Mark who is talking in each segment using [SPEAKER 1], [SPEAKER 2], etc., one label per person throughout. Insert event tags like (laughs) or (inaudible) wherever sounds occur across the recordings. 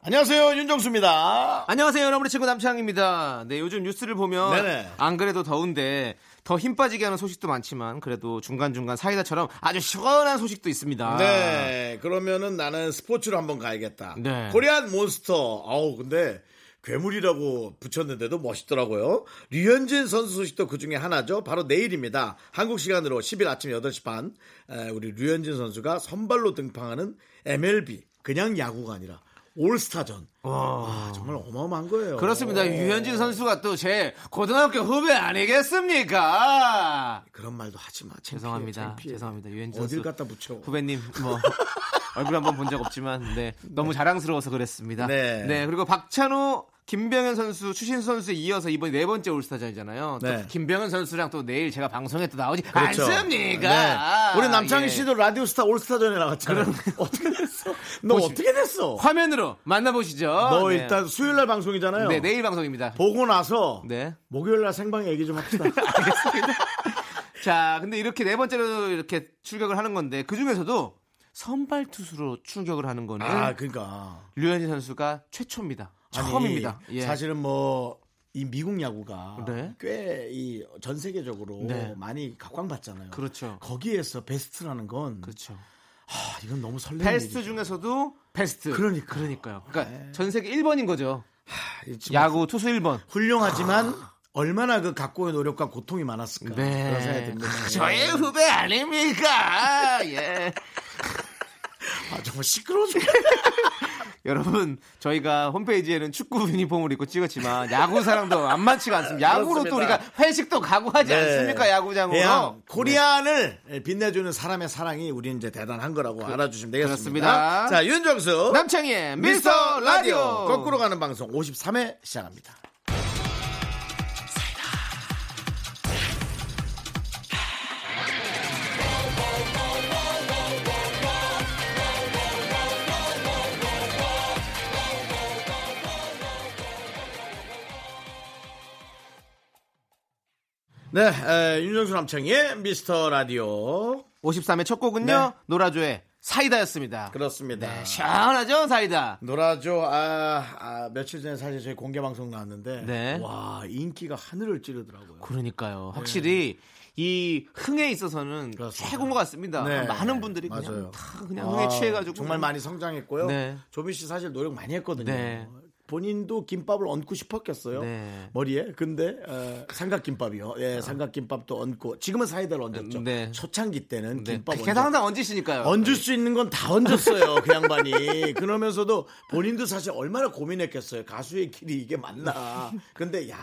[SPEAKER 1] 안녕하세요 윤정수입니다
[SPEAKER 2] 안녕하세요, 여러분의 친구 남창입니다. 네, 요즘 뉴스를 보면
[SPEAKER 1] 네네.
[SPEAKER 2] 안 그래도 더운데 더 힘 빠지게 하는 소식도 많지만 그래도 중간중간 사이다처럼 아주 시원한 소식도 있습니다.
[SPEAKER 1] 네 그러면은 나는 스포츠로 한번 가야겠다
[SPEAKER 2] 네.
[SPEAKER 1] 코리안 몬스터 아우 근데 괴물이라고 붙였는데도 멋있더라고요 류현진 선수 소식도 그 중에 하나죠 바로 내일입니다 한국 시간으로 10일 아침 8시 반 에, 우리 류현진 선수가 선발로 등판하는 MLB 그냥 야구가 아니라 올스타전 와, 정말 어마어마한 거예요
[SPEAKER 2] 어. 그렇습니다. 유현진 선수가 또 제 고등학교 후배 아니겠습니까?
[SPEAKER 1] 그런 말도 하지 마. 창피해,
[SPEAKER 2] 죄송합니다.
[SPEAKER 1] 창피해.
[SPEAKER 2] 죄송합니다. 유현진
[SPEAKER 1] 어딜
[SPEAKER 2] 선수
[SPEAKER 1] 갖다 붙여.
[SPEAKER 2] 후배님 뭐 (laughs) 얼굴 한번 본 적 없지만 네 너무 자랑스러워서 그랬습니다.
[SPEAKER 1] 네.
[SPEAKER 2] 그리고 박찬호 김병현 선수, 추신수 선수에 이어서 이번이 네 번째 올스타전이잖아요. 또
[SPEAKER 1] 네.
[SPEAKER 2] 김병현 선수랑 또 내일 제가 방송에 또 나오지
[SPEAKER 1] 그렇죠.
[SPEAKER 2] 않습니까?
[SPEAKER 1] 네. 우리 남창희
[SPEAKER 2] 예.
[SPEAKER 1] 씨도 라디오스타 올스타전에 나갔잖아요. 어떻게
[SPEAKER 2] (laughs)
[SPEAKER 1] 됐어? 너
[SPEAKER 2] 보시-
[SPEAKER 1] 어떻게 됐어?
[SPEAKER 2] 화면으로 만나보시죠.
[SPEAKER 1] 너
[SPEAKER 2] 네.
[SPEAKER 1] 뭐 일단 수요일 날 방송이잖아요.
[SPEAKER 2] 네 내일 방송입니다.
[SPEAKER 1] 보고 나서
[SPEAKER 2] 네. 아,
[SPEAKER 1] 목요일 날 생방 얘기 좀
[SPEAKER 2] (laughs)
[SPEAKER 1] 합시다.
[SPEAKER 2] 자, 근데 이렇게 네 번째로 이렇게 출격을 하는 건데 그 중에서도 선발 투수로 출격을 하는 거는
[SPEAKER 1] 아, 그러니까
[SPEAKER 2] 류현진 선수가 최초입니다.
[SPEAKER 1] 아니,
[SPEAKER 2] 처음입니다. 예.
[SPEAKER 1] 사실은 뭐. 이 미국 야구가
[SPEAKER 2] 네.
[SPEAKER 1] 꽤 이 전 세계적으로
[SPEAKER 2] 네.
[SPEAKER 1] 많이 각광받잖아요.
[SPEAKER 2] 그렇죠.
[SPEAKER 1] 거기에서 베스트라는 건
[SPEAKER 2] 그렇죠.
[SPEAKER 1] 아, 이건 너무 설레는
[SPEAKER 2] 베스트
[SPEAKER 1] 일이죠.
[SPEAKER 2] 중에서도 베스트.
[SPEAKER 1] 그러니까.
[SPEAKER 2] 그러니까요. 그러니까 전 세계 1번인 거죠.
[SPEAKER 1] 아, 이 지금
[SPEAKER 2] 야구 투수 1번.
[SPEAKER 1] 훌륭하지만
[SPEAKER 2] 아.
[SPEAKER 1] 얼마나 그 각고의 노력과 고통이 많았을까 그런 생각이 듭니다.
[SPEAKER 2] 네. 아,
[SPEAKER 1] 네.
[SPEAKER 2] 저의 후배 아닙니까? 예. (laughs)
[SPEAKER 1] 아, 정말 시끄러워 죽겠
[SPEAKER 2] 여러분, 저희가 홈페이지에는 축구 유니폼을 입고 찍었지만 야구 사람도 만만치가 않습니다. 야구로 또
[SPEAKER 1] 아, 그렇습니다. 네.
[SPEAKER 2] 우리가 회식도 가고 하지 않습니까? 야구장으로. 네.
[SPEAKER 1] 그냥 코리안을 빛내주는 사람의 사랑이 우리 이제 대단한 거라고 알아주시면 되겠습니다.
[SPEAKER 2] 그, 그렇습니다.
[SPEAKER 1] 자 윤정수
[SPEAKER 2] 네. 남창희의
[SPEAKER 1] 미스터 라디오 거꾸로
[SPEAKER 2] 거꾸로
[SPEAKER 1] 가는 방송 53회 시작합니다. 네, 에, 윤정수 남창의 미스터 라디오
[SPEAKER 2] 53의 첫 곡은요.
[SPEAKER 1] 네.
[SPEAKER 2] 노라조의 사이다였습니다.
[SPEAKER 1] 그렇습니다.
[SPEAKER 2] 네, 시원하죠, 사이다.
[SPEAKER 1] 노라조 아, 아, 며칠 전에 사실 저희 공개 방송 나왔는데
[SPEAKER 2] 네.
[SPEAKER 1] 와 인기가 하늘을 찌르더라고요.
[SPEAKER 2] 그러니까요. 확실히 이 흥에 있어서는
[SPEAKER 1] 예. 그렇습니다.
[SPEAKER 2] 최고인 것 같습니다.
[SPEAKER 1] 네.
[SPEAKER 2] 많은 분들이 그냥
[SPEAKER 1] 맞아요.
[SPEAKER 2] 다 그냥
[SPEAKER 1] 아,
[SPEAKER 2] 흥에 취해가지고
[SPEAKER 1] 정말 많이 성장했고요.
[SPEAKER 2] 네.
[SPEAKER 1] 조빈 씨 사실 노력 많이 했거든요.
[SPEAKER 2] 네.
[SPEAKER 1] 본인도 김밥을 얹고 싶었겠어요.
[SPEAKER 2] 네.
[SPEAKER 1] 머리에. 근데 어, 삼각김밥이요. 예, 삼각김밥도 얹고 지금은 사이다를 얹었죠.
[SPEAKER 2] 네.
[SPEAKER 1] 초창기 때는
[SPEAKER 2] 네.
[SPEAKER 1] 김밥
[SPEAKER 2] 계속
[SPEAKER 1] 얹었
[SPEAKER 2] 항상 얹으시니까요.
[SPEAKER 1] 얹을 수 있는 건 다 얹었어요, 그 양반이. 그러면서도 본인도 사실 얼마나 고민했겠어요. 가수의 길이 이게 맞나. 근데 야,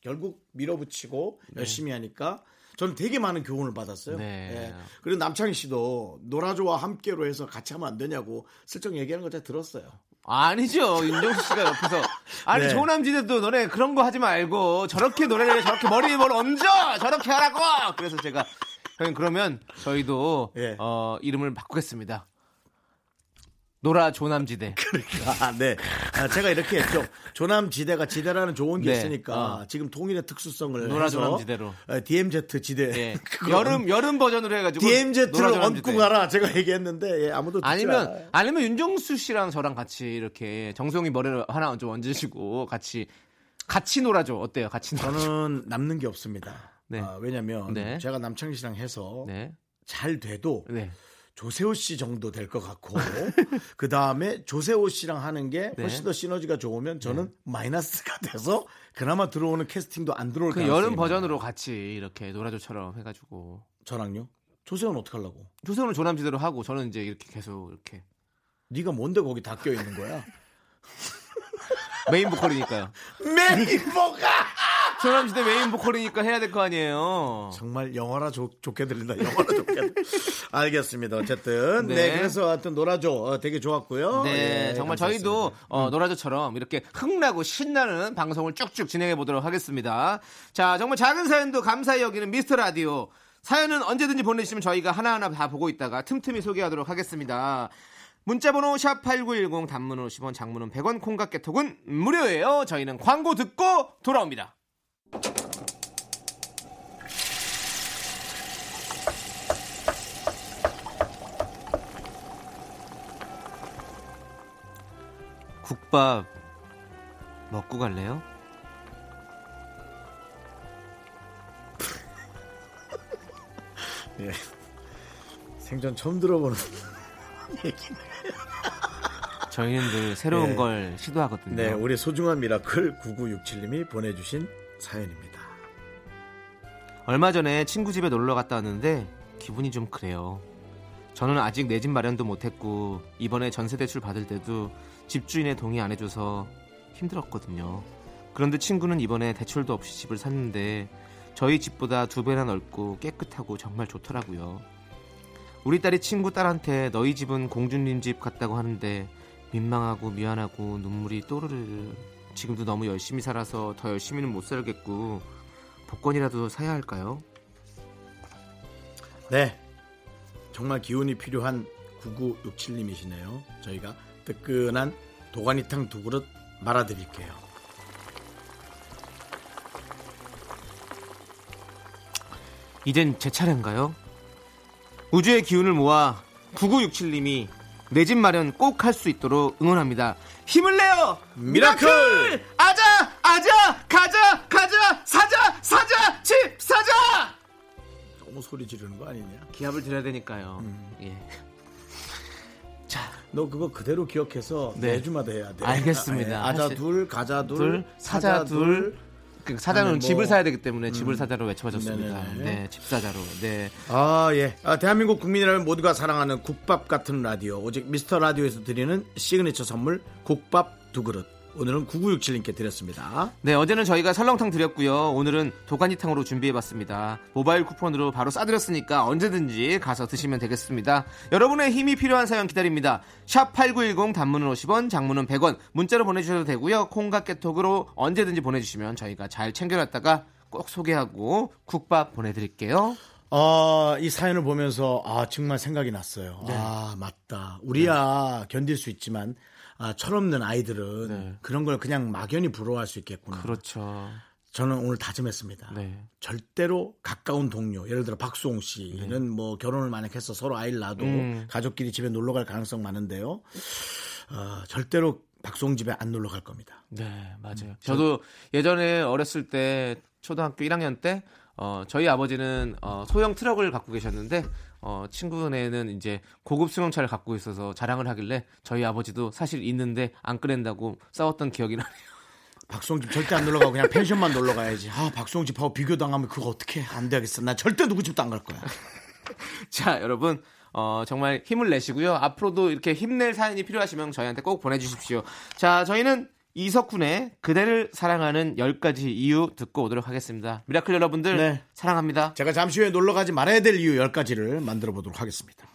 [SPEAKER 1] 결국 밀어붙이고 열심히 하니까 저는 되게 많은 교훈을 받았어요.
[SPEAKER 2] 네.
[SPEAKER 1] 예. 그리고 남창희 씨도 노라조와 함께로 해서 같이 하면 안 되냐고 슬쩍 얘기하는 거 제가
[SPEAKER 2] (laughs)
[SPEAKER 1] 들었어요.
[SPEAKER 2] 아니죠. 윤정수 씨가
[SPEAKER 1] (laughs)
[SPEAKER 2] 옆에서 아니
[SPEAKER 1] 네.
[SPEAKER 2] 조남지대도 너네 그런 거 하지 말고 저렇게 노래를 저렇게 머리에 뭘 얹어 저렇게 하라고. 그래서 제가 형님 그러면 저희도
[SPEAKER 1] 예.
[SPEAKER 2] 어, 이름을 바꾸겠습니다. 노라 조남지대.
[SPEAKER 1] 아, 네. 아, 제가 이렇게 했죠. 조남지대가 지대라는 좋은 게
[SPEAKER 2] 네.
[SPEAKER 1] 있으니까 지금 통일의 특수성을
[SPEAKER 2] 노라
[SPEAKER 1] 해서
[SPEAKER 2] 조남지대로.
[SPEAKER 1] 에, DMZ 지대.
[SPEAKER 2] 예.
[SPEAKER 1] (laughs) 그거
[SPEAKER 2] 여름 여름 버전으로 해가지고 노라
[SPEAKER 1] DMZ를
[SPEAKER 2] 조남지대.
[SPEAKER 1] 얹고 가라 제가 얘기했는데 예, 아무도 듣지 않아요.
[SPEAKER 2] 아니면 아니면 윤정수 씨랑 저랑 같이 이렇게 정수영이 머리를 하나 좀 얹으시고 같이 같이 놀아줘 어때요? 같이 놀아줘.
[SPEAKER 1] 저는 남는 게 없습니다.
[SPEAKER 2] 네.
[SPEAKER 1] 아, 왜냐면
[SPEAKER 2] 네.
[SPEAKER 1] 제가 남창희 씨랑 해서
[SPEAKER 2] 네,
[SPEAKER 1] 잘 돼도
[SPEAKER 2] 네.
[SPEAKER 1] 조세호 씨 정도 될 것
[SPEAKER 2] (laughs)
[SPEAKER 1] 같고 그 다음에 조세호 씨랑 하는 게 훨씬
[SPEAKER 2] 네.
[SPEAKER 1] 더 시너지가 좋으면 저는 마이너스가 (laughs) 돼서 그나마 들어오는 캐스팅도 안 들어올
[SPEAKER 2] 그
[SPEAKER 1] 가능성이
[SPEAKER 2] 여름
[SPEAKER 1] 많아요.
[SPEAKER 2] 버전으로 같이 이렇게 놀아줘처럼 해가지고
[SPEAKER 1] 저랑요? 조세호는 어떡하려고?
[SPEAKER 2] 조세호는 조남지대로 하고 저는 이제 이렇게 계속 이렇게
[SPEAKER 1] 네가 뭔데 거기 다 껴 있는 거야?
[SPEAKER 2] (laughs) 메인 보컬이니까요.
[SPEAKER 1] 메이버가
[SPEAKER 2] 조남지대 메인 보컬이니까 해야 될 거 아니에요.
[SPEAKER 1] 정말 영어라 좋, 게 들린다. 영어라 좋게.
[SPEAKER 2] (laughs)
[SPEAKER 1] 들린다. 알겠습니다. 어쨌든 네.
[SPEAKER 2] 네.
[SPEAKER 1] 그래서 하여튼 놀아줘 어, 되게 좋았고요.
[SPEAKER 2] 네,
[SPEAKER 1] 예, 감사했습니다.
[SPEAKER 2] 정말 저희도 어, 노라조처럼 이렇게 흥나고 신나는 방송을 쭉쭉 진행해 보도록 하겠습니다. 자, 정말 작은 사연도 감사히 여기는 미스터 라디오. 사연은 언제든지 보내주시면 저희가 하나하나 다 보고 있다가 틈틈이 소개하도록 하겠습니다. 문자번호 샵8910 단문 50원 장문은 100원 콩각 개톡은 무료예요. 저희는 광고 듣고 돌아옵니다. 국밥 먹고 갈래요?
[SPEAKER 1] 예. 생전 처음
[SPEAKER 2] (laughs)
[SPEAKER 1] 들어보는
[SPEAKER 2] 저희는 늘 새로운
[SPEAKER 1] 네.
[SPEAKER 2] 걸 시도하거든요.
[SPEAKER 1] 네, 우리 소중한 미라클 9967님이 보내주신 사연입니다.
[SPEAKER 2] 얼마 전에 친구 집에 놀러 갔다 왔는데 기분이 좀 그래요. 저는 아직 내 집 마련도 못했고 이번에 전세 대출 받을 때도 집주인의 동의 안 해줘서 힘들었거든요. 그런데 친구는 이번에 대출도 없이 집을 샀는데 저희 집보다 두 배나 넓고 깨끗하고 정말 좋더라고요. 우리 딸이 친구 딸한테 너희 집은 공주님 집 같다고 하는데 민망하고 미안하고 눈물이 또르르 지금도 너무 열심히 살아서 더 열심히는 못 살겠고 복권이라도 사야 할까요?
[SPEAKER 1] 네. 정말 기운이 필요한 9967님이시네요. 저희가 뜨끈한 도가니탕 두 그릇 말아드릴게요.
[SPEAKER 2] 이젠 제 차례인가요? 우주의 기운을 모아 9967님이 내 집 마련 꼭 할 수 있도록 응원합니다. 힘을 내요!
[SPEAKER 1] 미라클!
[SPEAKER 2] 아자! 아자! 가자! 가자! 사자! 사자! 집! 사자!
[SPEAKER 1] 너무 소리 지르는 거 아니냐?
[SPEAKER 2] 기합을 드려야 되니까요.
[SPEAKER 1] 음.
[SPEAKER 2] 예. 자,
[SPEAKER 1] 너 그거 그대로 기억해서
[SPEAKER 2] 네.
[SPEAKER 1] 매주마다 해야 돼.
[SPEAKER 2] 알겠습니다.
[SPEAKER 1] 아, 자
[SPEAKER 2] 사실-
[SPEAKER 1] 둘, 가자 둘,
[SPEAKER 2] 둘, 사자 둘. 그 사자는
[SPEAKER 1] 아니, 뭐- 음.
[SPEAKER 2] 집을 사야 되기 때문에 집을 사자로 외쳐졌습니다.
[SPEAKER 1] 네네네.
[SPEAKER 2] 네, 집사자로. 네.
[SPEAKER 1] 아, 예. 아, 대한민국 국민이라면 모두가 사랑하는 국밥 같은 라디오. 오직 미스터 라디오에서 드리는 시그니처 선물 국밥 두 그릇. 오늘은 9967님께 드렸습니다.
[SPEAKER 2] 네, 어제는 저희가 설렁탕 드렸고요. 오늘은 도가니탕으로 준비해봤습니다. 모바일 쿠폰으로 바로 싸드렸으니까 언제든지 가서 드시면 되겠습니다. 여러분의 힘이 필요한 사연 기다립니다. 샵 8910 단문은 50원, 장문은 100원. 문자로 보내주셔도 되고요. 콩과 깨톡으로 언제든지 보내주시면 저희가 잘 챙겨놨다가 꼭 소개하고 국밥 보내드릴게요.
[SPEAKER 1] 아, 이 사연을 보면서 아, 정말 생각이 났어요.
[SPEAKER 2] 네.
[SPEAKER 1] 아, 맞다. 우리야 견딜 수 있지만 아, 철없는 아이들은 그런 걸 그냥 막연히 부러워할 수 있겠구나.
[SPEAKER 2] 네. 그렇죠.
[SPEAKER 1] 저는 오늘 다짐했습니다.
[SPEAKER 2] 네.
[SPEAKER 1] 절대로 가까운 동료, 예를 들어 박수홍 씨는 뭐 결혼을 만약 해서 서로 아이를 낳아도 가족끼리 집에 놀러 갈 가능성 많은데요. 어, 절대로 박수홍 집에 안 놀러 갈 겁니다.
[SPEAKER 2] 네, 맞아요. 저도 예전에 어렸을 때 초등학교 1학년 때 어, 저희 아버지는 어, 소형 트럭을 갖고 계셨는데 어, 친구네는 이제 고급 승용차를 갖고 있어서 자랑을 하길래 저희 아버지도 사실 있는데 안 꺼낸다고 싸웠던 기억이 나네요. (laughs)
[SPEAKER 1] 박수홍 집 절대 안 놀러 가고 그냥 (laughs) 펜션만 놀러 가야지. 아, 박수홍 집하고 비교당하면 그거 어떻게 안 되겠어. 나 절대 누구 집도 안 갈 거야.
[SPEAKER 2] 자, 여러분 어, 정말 힘을 내시고요. 앞으로도 이렇게 힘낼 사연이 필요하시면 저희한테 꼭 보내주십시오. 자, 저희는 이석훈의 그대를 사랑하는 10가지 이유 듣고 오도록 하겠습니다. 미라클 여러분들
[SPEAKER 1] 네.
[SPEAKER 2] 사랑합니다.
[SPEAKER 1] 제가 잠시 후에 놀러 가지 말아야 될 이유 10가지를 만들어 보도록 하겠습니다.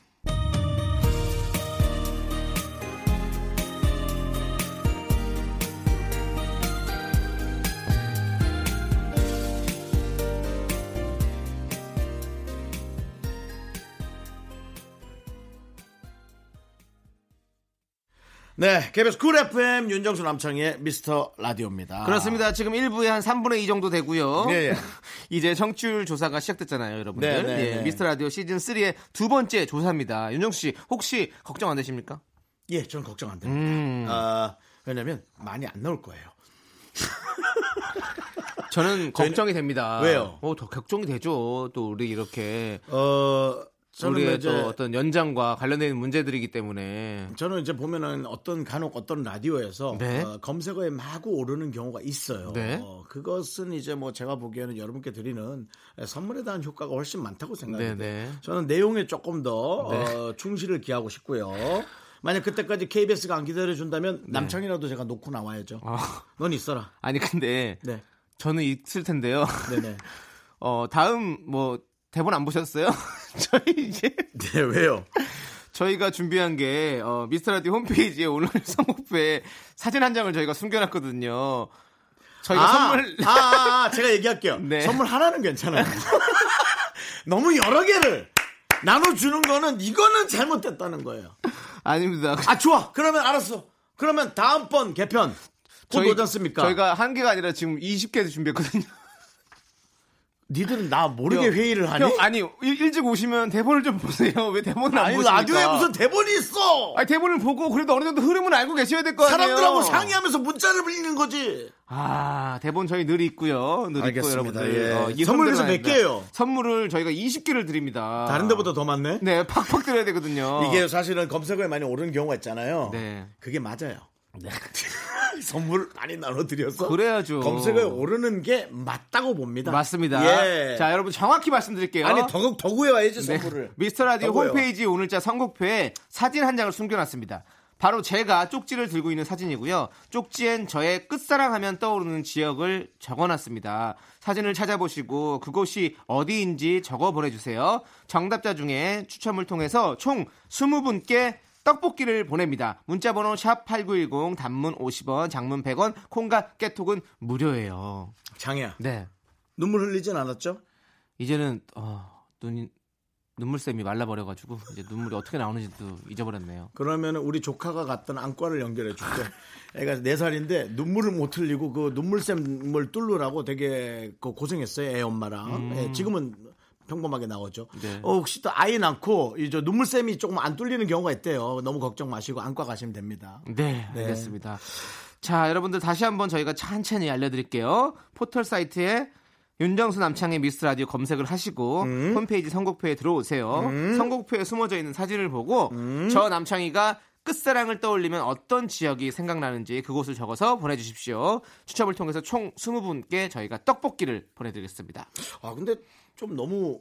[SPEAKER 1] 네, KBS 쿨 FM 윤정수 남창의 미스터 라디오입니다.
[SPEAKER 2] 그렇습니다. 지금 1부에 한 3분의 2 정도 되고요.
[SPEAKER 1] 아. 예, 예.
[SPEAKER 2] (laughs) 이제 청취율 조사가 시작됐잖아요, 여러분들.
[SPEAKER 1] 네, 네,
[SPEAKER 2] 예,
[SPEAKER 1] 네.
[SPEAKER 2] 미스터 라디오 시즌 3의 두 번째 조사입니다. 윤정수 씨, 혹시 걱정 안 되십니까?
[SPEAKER 1] 예, 저는 걱정 안 됩니다.
[SPEAKER 2] 음.
[SPEAKER 1] 아, 왜냐면 많이 안 나올 거예요.
[SPEAKER 2] 저는 (laughs) 걱정이 됩니다.
[SPEAKER 1] 왜요?
[SPEAKER 2] 어, 더 걱정이 되죠. 또 우리 이렇게
[SPEAKER 1] 어, 저는
[SPEAKER 2] 우리의
[SPEAKER 1] 이제
[SPEAKER 2] 또 어떤 연장과 관련된 문제들이기 때문에
[SPEAKER 1] 저는 이제 보면은 어떤 간혹 어떤 라디오에서
[SPEAKER 2] 네.
[SPEAKER 1] 어, 검색어에 마구 오르는 경우가 있어요.
[SPEAKER 2] 네.
[SPEAKER 1] 어, 그것은 이제 뭐 제가 보기에는 여러분께 드리는 선물에 대한 효과가 훨씬 많다고 생각해요.
[SPEAKER 2] 네, 네.
[SPEAKER 1] 저는 내용에 조금 더 어, 충실을 기하고 싶고요. 만약 그때까지
[SPEAKER 2] 네. 아.
[SPEAKER 1] KBS가 안 기다려 준다면 남창이라도 제가 놓고 나와야죠. 넌 있어라.
[SPEAKER 2] (laughs) 아니 근데
[SPEAKER 1] 네.
[SPEAKER 2] 저는 있을 텐데요.
[SPEAKER 1] 네네.
[SPEAKER 2] (laughs) 어, 다음 뭐 대본 안 보셨어요? (laughs) 저희 이제
[SPEAKER 1] 네, 왜요?
[SPEAKER 2] 저희가 준비한 게 어, 미스터 라디오 홈페이지에 오늘 (laughs) 선곡표에 사진 한 장을 저희가 숨겨놨거든요. 저희가 선물
[SPEAKER 1] 아, 아, 아, 제가 얘기할게요.
[SPEAKER 2] (laughs) 네.
[SPEAKER 1] 선물 하나는 괜찮아요. (laughs) 너무 여러 개를 나눠주는 거는 이거는 잘못됐다는 거예요.
[SPEAKER 2] (laughs) 아닙니다.
[SPEAKER 1] 아 좋아. 그러면 알았어. 그러면 다음번 개편 곧 오지 않습니까?
[SPEAKER 2] 저희가 한 개가 아니라 지금
[SPEAKER 1] (laughs)
[SPEAKER 2] 20개도 준비했거든요.
[SPEAKER 1] 니들은 나 모르게 회의를 하니?
[SPEAKER 2] 형, 아니 일, 일찍 오시면 대본을 좀 보세요. 왜 대본을 안
[SPEAKER 1] 아니
[SPEAKER 2] 보십니까?
[SPEAKER 1] 라디오에 무슨 대본이 있어?
[SPEAKER 2] 아니, 대본을 보고 그래도 어느 정도 흐름은 알고 계셔야 될 거 아니에요.
[SPEAKER 1] 사람들하고 상의하면서 문자를 읽는 거지.
[SPEAKER 2] 아 대본 저희 늘 있고요. 늘 있고
[SPEAKER 1] 알겠습니다.
[SPEAKER 2] 여러분들. 어,
[SPEAKER 1] 예. 선물
[SPEAKER 2] 이게 선물은
[SPEAKER 1] 그래서 몇
[SPEAKER 2] 아닙니다.
[SPEAKER 1] 개예요?
[SPEAKER 2] 선물을 저희가 20개를 드립니다.
[SPEAKER 1] 다른 데보다 더 많네.
[SPEAKER 2] 아. 네 팍팍 드려야 되거든요.
[SPEAKER 1] 이게 사실은 검색어에 많이 오르는 경우가 있잖아요.
[SPEAKER 2] 네.
[SPEAKER 1] 그게 맞아요. (laughs) 선물 많이 나눠드려서
[SPEAKER 2] 그래야죠.
[SPEAKER 1] 검색어에 오르는 게 맞다고 봅니다.
[SPEAKER 2] 맞습니다.
[SPEAKER 1] 네. 예.
[SPEAKER 2] 자 여러분 정확히 말씀드릴게요.
[SPEAKER 1] 아니 더욱 더 구해와야지
[SPEAKER 2] 네.
[SPEAKER 1] 선물을.
[SPEAKER 2] 미스터 라디오
[SPEAKER 1] 더구해요.
[SPEAKER 2] 홈페이지 오늘자 선곡표에 사진 한 장을 숨겨놨습니다. 바로 제가 쪽지를 들고 있는 사진이고요. 쪽지엔 저의 끝사랑하면 떠오르는 지역을 적어놨습니다. 사진을 찾아보시고 그곳이 어디인지 적어 보내주세요. 정답자 중에 추첨을 통해서 총 20분께 떡볶이를 보냅니다. 문자번호 샵8910 단문 50원, 장문 100원, 콩과 깨톡은 무료예요.
[SPEAKER 1] 장이야
[SPEAKER 2] 네.
[SPEAKER 1] 눈물 흘리진 않았죠?
[SPEAKER 2] 이제는 어, 눈이 눈물샘이 말라버려가지고 이제 눈물이 어떻게 나오는지도 잊어버렸네요.
[SPEAKER 1] 그러면 우리 조카가 갔던 안과를 연결해 줄게. 애가 네 살인데 눈물을 못 흘리고 그 눈물샘을 뚫느라고 되게 그 고생했어요. 애 엄마랑. 예, 지금은 평범하게 나오죠.
[SPEAKER 2] 음. 네.
[SPEAKER 1] 어, 혹시 또 아이 낳고 이제 눈물샘이 조금 안 뚫리는 경우가 있대요. 너무 걱정 마시고 안과 가시면 됩니다.
[SPEAKER 2] 네,
[SPEAKER 1] 네.
[SPEAKER 2] 알겠습니다. 자, 여러분들 다시 한번 저희가 천천히 알려드릴게요. 포털 사이트에 윤정수 남창의 미스 라디오 검색을 하시고 홈페이지 선곡표에 들어오세요. 선곡표에 숨어져 있는 사진을 보고 저 남창이가 끝사랑을 떠올리면 어떤 지역이 생각나는지 그곳을 적어서 보내주십시오. 추첨을 통해서 총 20분께 저희가 떡볶이를 보내드리겠습니다.
[SPEAKER 1] 아, 근데 좀 너무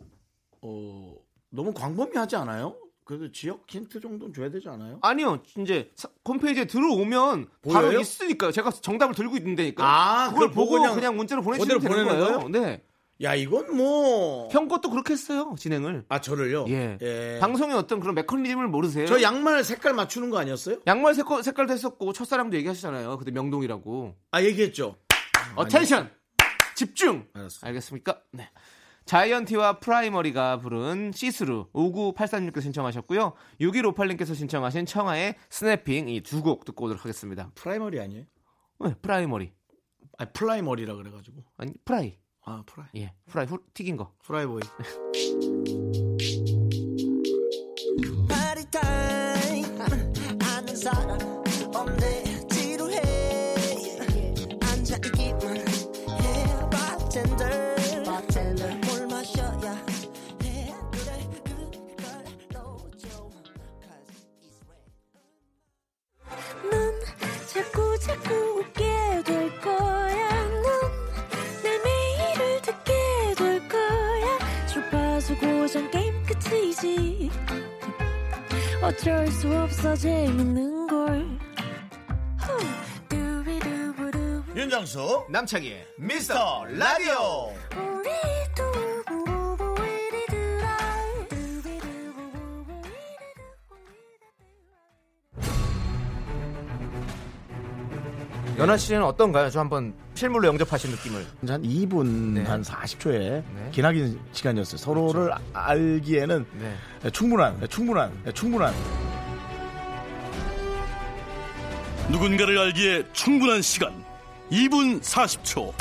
[SPEAKER 1] 어, 너무 광범위하지 않아요? 그래도 지역 힌트 정도는 줘야 되지 않아요?
[SPEAKER 2] 아니요, 이제 사- 홈페이지에 들어오면 바로
[SPEAKER 1] 보여요?
[SPEAKER 2] 있으니까요. 제가 정답을 들고 있는데니까.
[SPEAKER 1] 아, 그걸
[SPEAKER 2] 그걸 보고
[SPEAKER 1] 보고
[SPEAKER 2] 그냥,
[SPEAKER 1] 그냥-
[SPEAKER 2] 문자로
[SPEAKER 1] 그대로
[SPEAKER 2] 보내주시면 되는
[SPEAKER 1] 보내는
[SPEAKER 2] 거예요. 네.
[SPEAKER 1] 야, 이건 뭐
[SPEAKER 2] 형 것도 그렇게 했어요, 진행을.
[SPEAKER 1] 아, 저를요?
[SPEAKER 2] 예.
[SPEAKER 1] 예.
[SPEAKER 2] 방송의 어떤 그런 메커니즘을 모르세요?
[SPEAKER 1] 저 양말 색깔 맞추는 거 아니었어요?
[SPEAKER 2] 양말 색깔, 색깔도 했었고, 첫사랑도 얘기하시잖아요. 그때 명동이라고.
[SPEAKER 1] 아, 얘기했죠.
[SPEAKER 2] 어텐션! 집중!
[SPEAKER 1] 알았어.
[SPEAKER 2] 음, 알겠습니까? 네. 자이언티와 프라이머리가 부른 시스루 59836께서 신청하셨고요. 6158님께서 신청하신 청하의 스냅핑 이 두 곡 듣고 오도록 하겠습니다.
[SPEAKER 1] 프라이머리 아니에요?
[SPEAKER 2] 네, 프라이머리.
[SPEAKER 1] 아 프라이머리라 그래가지고
[SPEAKER 2] 아니, 프라이.
[SPEAKER 1] 아 프라이
[SPEAKER 2] 예, 프라이 후, 튀긴 거.
[SPEAKER 1] 프라이보이
[SPEAKER 3] 파리 타임 아는 사람 없네 지루해 앉아 있기만 해 바텐더 뭘 마셔야 해 그래 그걸 놓쳐 Cause it's red
[SPEAKER 4] 넌 자꾸 자꾸 웃게 될 거야. 넌내 매일을 듣게 될 거야. 주파수 고정 게임 끝이지. 어쩔 수 없어 재밌는 걸. 후. 두비두부두.
[SPEAKER 1] (laughs) 윤정수
[SPEAKER 2] 남창희의
[SPEAKER 1] 미스터 라디오
[SPEAKER 4] 우리 두부부부 우리 두라. 두비두부부부 우리 두라.
[SPEAKER 2] 연하 씨는 어떤가요? 저 한번 실물로 영접하신 느낌을.
[SPEAKER 1] 한 2분
[SPEAKER 2] 네.
[SPEAKER 1] 한 40초에
[SPEAKER 2] 네. 그렇죠.
[SPEAKER 1] 기나긴 시간이었어요 서로를 아- 알기에는
[SPEAKER 2] 네.
[SPEAKER 1] 충분한 충분한 충분한
[SPEAKER 5] 누군가를 알기에 충분한 시간 2분 40초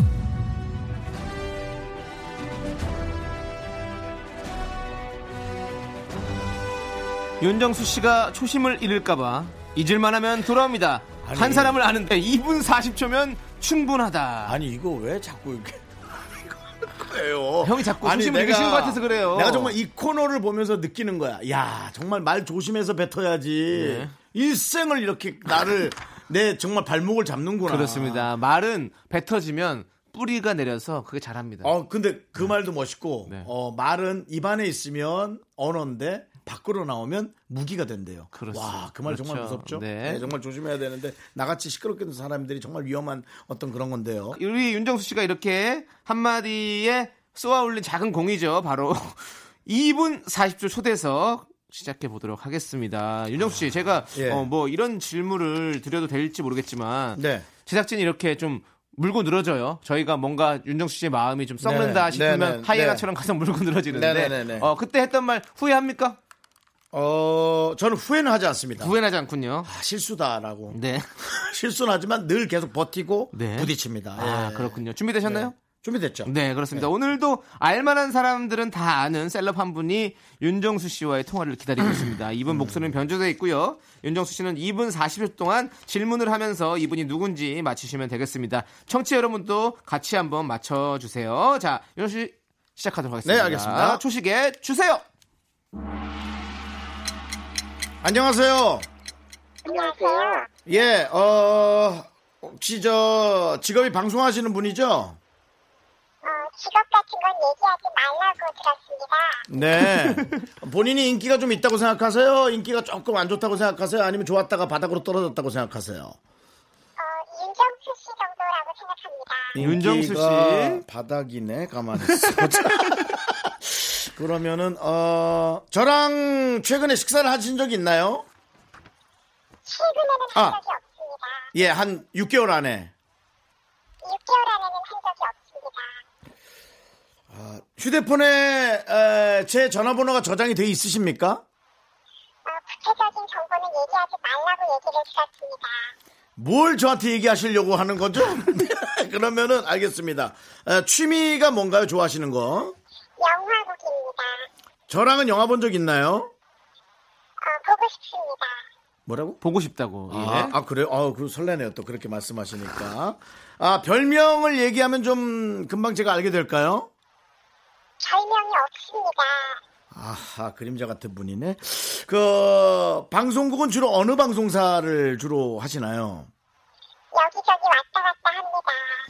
[SPEAKER 2] 윤정수 씨가 초심을 잃을까봐 잊을만 하면 돌아옵니다.
[SPEAKER 1] 아니.
[SPEAKER 2] 한 사람을 아는데 2분 40초면 충분하다.
[SPEAKER 1] 아니 이거 왜 자꾸 이렇게 그래요.
[SPEAKER 2] 형이 자꾸 중심을 잃으신 것 같아서 그래요.
[SPEAKER 1] 내가 정말 이 코너를 보면서 느끼는 거야. 야, 정말 말 조심해서 뱉어야지.
[SPEAKER 2] 네.
[SPEAKER 1] 일생을 이렇게
[SPEAKER 2] (laughs)
[SPEAKER 1] 나를 내 정말 발목을 잡는구나.
[SPEAKER 2] 그렇습니다. 말은 뱉어지면 뿌리가 내려서 그게 잘합니다.
[SPEAKER 1] 어, 근데 그 말도 멋있고,
[SPEAKER 2] 네.
[SPEAKER 1] 어, 말은 입안에 있으면 언어인데 밖으로 나오면 무기가 된대요.
[SPEAKER 2] 그렇습니다.
[SPEAKER 1] 와, 그 말 정말
[SPEAKER 2] 그렇죠.
[SPEAKER 1] 무섭죠.
[SPEAKER 2] 네.
[SPEAKER 1] 네, 정말 조심해야 되는데 나같이 시끄럽게 된 사람들이 정말 위험한 어떤 그런 건데요.
[SPEAKER 2] 우리 윤정수 씨가 이렇게 한마디에 쏘아 올린 작은 공이죠. 바로 (laughs) 2분 40초 초대석 시작해 보도록 하겠습니다. 윤정수 씨, 제가
[SPEAKER 1] 예.
[SPEAKER 2] 어, 뭐 이런 질문을 드려도 될지 모르겠지만
[SPEAKER 1] 네.
[SPEAKER 2] 제작진이 이렇게 좀 물고 늘어져요. 저희가 뭔가 윤정수 씨의 마음이 좀 썩는다
[SPEAKER 1] 네네.
[SPEAKER 2] 싶으면
[SPEAKER 1] 네네.
[SPEAKER 2] 하이에나처럼 가서 물고 늘어지는데
[SPEAKER 1] 네네네네.
[SPEAKER 2] 어, 그때 했던 말 후회합니까?
[SPEAKER 1] 어, 저는 후회는 하지 않습니다.
[SPEAKER 2] 후회하지 않군요.
[SPEAKER 1] 아, 실수다라고. (laughs)
[SPEAKER 2] 네.
[SPEAKER 1] 실수는 하지만 늘 계속 버티고
[SPEAKER 2] 네.
[SPEAKER 1] 부딪힙니다.
[SPEAKER 2] 아,
[SPEAKER 1] 예.
[SPEAKER 2] 그렇군요. 준비되셨나요?
[SPEAKER 1] 준비됐죠?
[SPEAKER 2] 네, 그렇습니다. 오늘도 알만한 사람들은 다 아는 셀럽 한 분이 윤정수 씨와의 통화를 기다리고 있습니다. 이분 목소리는 변조되어 있고요. 윤정수 씨는 2분 40초 동안 질문을 하면서 이분이 누군지 맞히시면 되겠습니다. 청취자 여러분도 같이 한번 맞춰주세요. 자, 윤정수 씨 시작하도록 하겠습니다.
[SPEAKER 1] 네, 알겠습니다.
[SPEAKER 2] 초식에 주세요!
[SPEAKER 1] 안녕하세요.
[SPEAKER 6] 안녕하세요.
[SPEAKER 1] 예, 어, 혹시 저 직업이 방송하시는 분이죠?
[SPEAKER 6] 어, 직업 같은 건 얘기하지 말라고 들었습니다.
[SPEAKER 2] (laughs)
[SPEAKER 1] 네. 본인이 인기가 좀 있다고 생각하세요? 인기가 조금 안 좋다고 생각하세요? 아니면 좋았다가 바닥으로 떨어졌다고 생각하세요?
[SPEAKER 6] 어, 윤정수 씨 정도라고
[SPEAKER 1] 인기가
[SPEAKER 2] 윤정수
[SPEAKER 6] 생각합니다.
[SPEAKER 2] 씨.
[SPEAKER 1] 바닥이네. 가만히 있어. (laughs) 자, 그러면은 어 저랑 최근에 식사를 하신 적이 있나요?
[SPEAKER 6] 최근에는 한
[SPEAKER 1] 아.
[SPEAKER 6] 적이 없습니다.
[SPEAKER 1] 예, 한 6개월 안에.
[SPEAKER 6] 6개월 안에는 한 적이 없습니다.
[SPEAKER 1] 휴대폰에 에, 제 전화번호가 저장이 돼 있으십니까?
[SPEAKER 6] 어, 구체적인 정보는 얘기하지 말라고 얘기를 들었습니다.
[SPEAKER 1] 뭘 저한테 얘기하시려고 하는 거죠? (laughs) 그러면은 알겠습니다. 에, 취미가 뭔가요? 좋아하시는 거?
[SPEAKER 6] 영화국입니다.
[SPEAKER 1] 저랑은 영화 본 적 있나요?
[SPEAKER 6] 어, 보고 싶습니다.
[SPEAKER 1] 뭐라고?
[SPEAKER 2] 보고 싶다고.
[SPEAKER 1] 아,
[SPEAKER 2] 예.
[SPEAKER 1] 아, 그래요? 아, 그 설레네요. 또 그렇게 말씀하시니까. 아, 별명을 얘기하면 좀 금방 제가 알게 될까요?
[SPEAKER 6] 별명이 없습니다.
[SPEAKER 1] 아하, 그림자 같은 분이네. 그 방송국은 주로 어느 방송사를 주로 하시나요?
[SPEAKER 6] 여기저기 왔다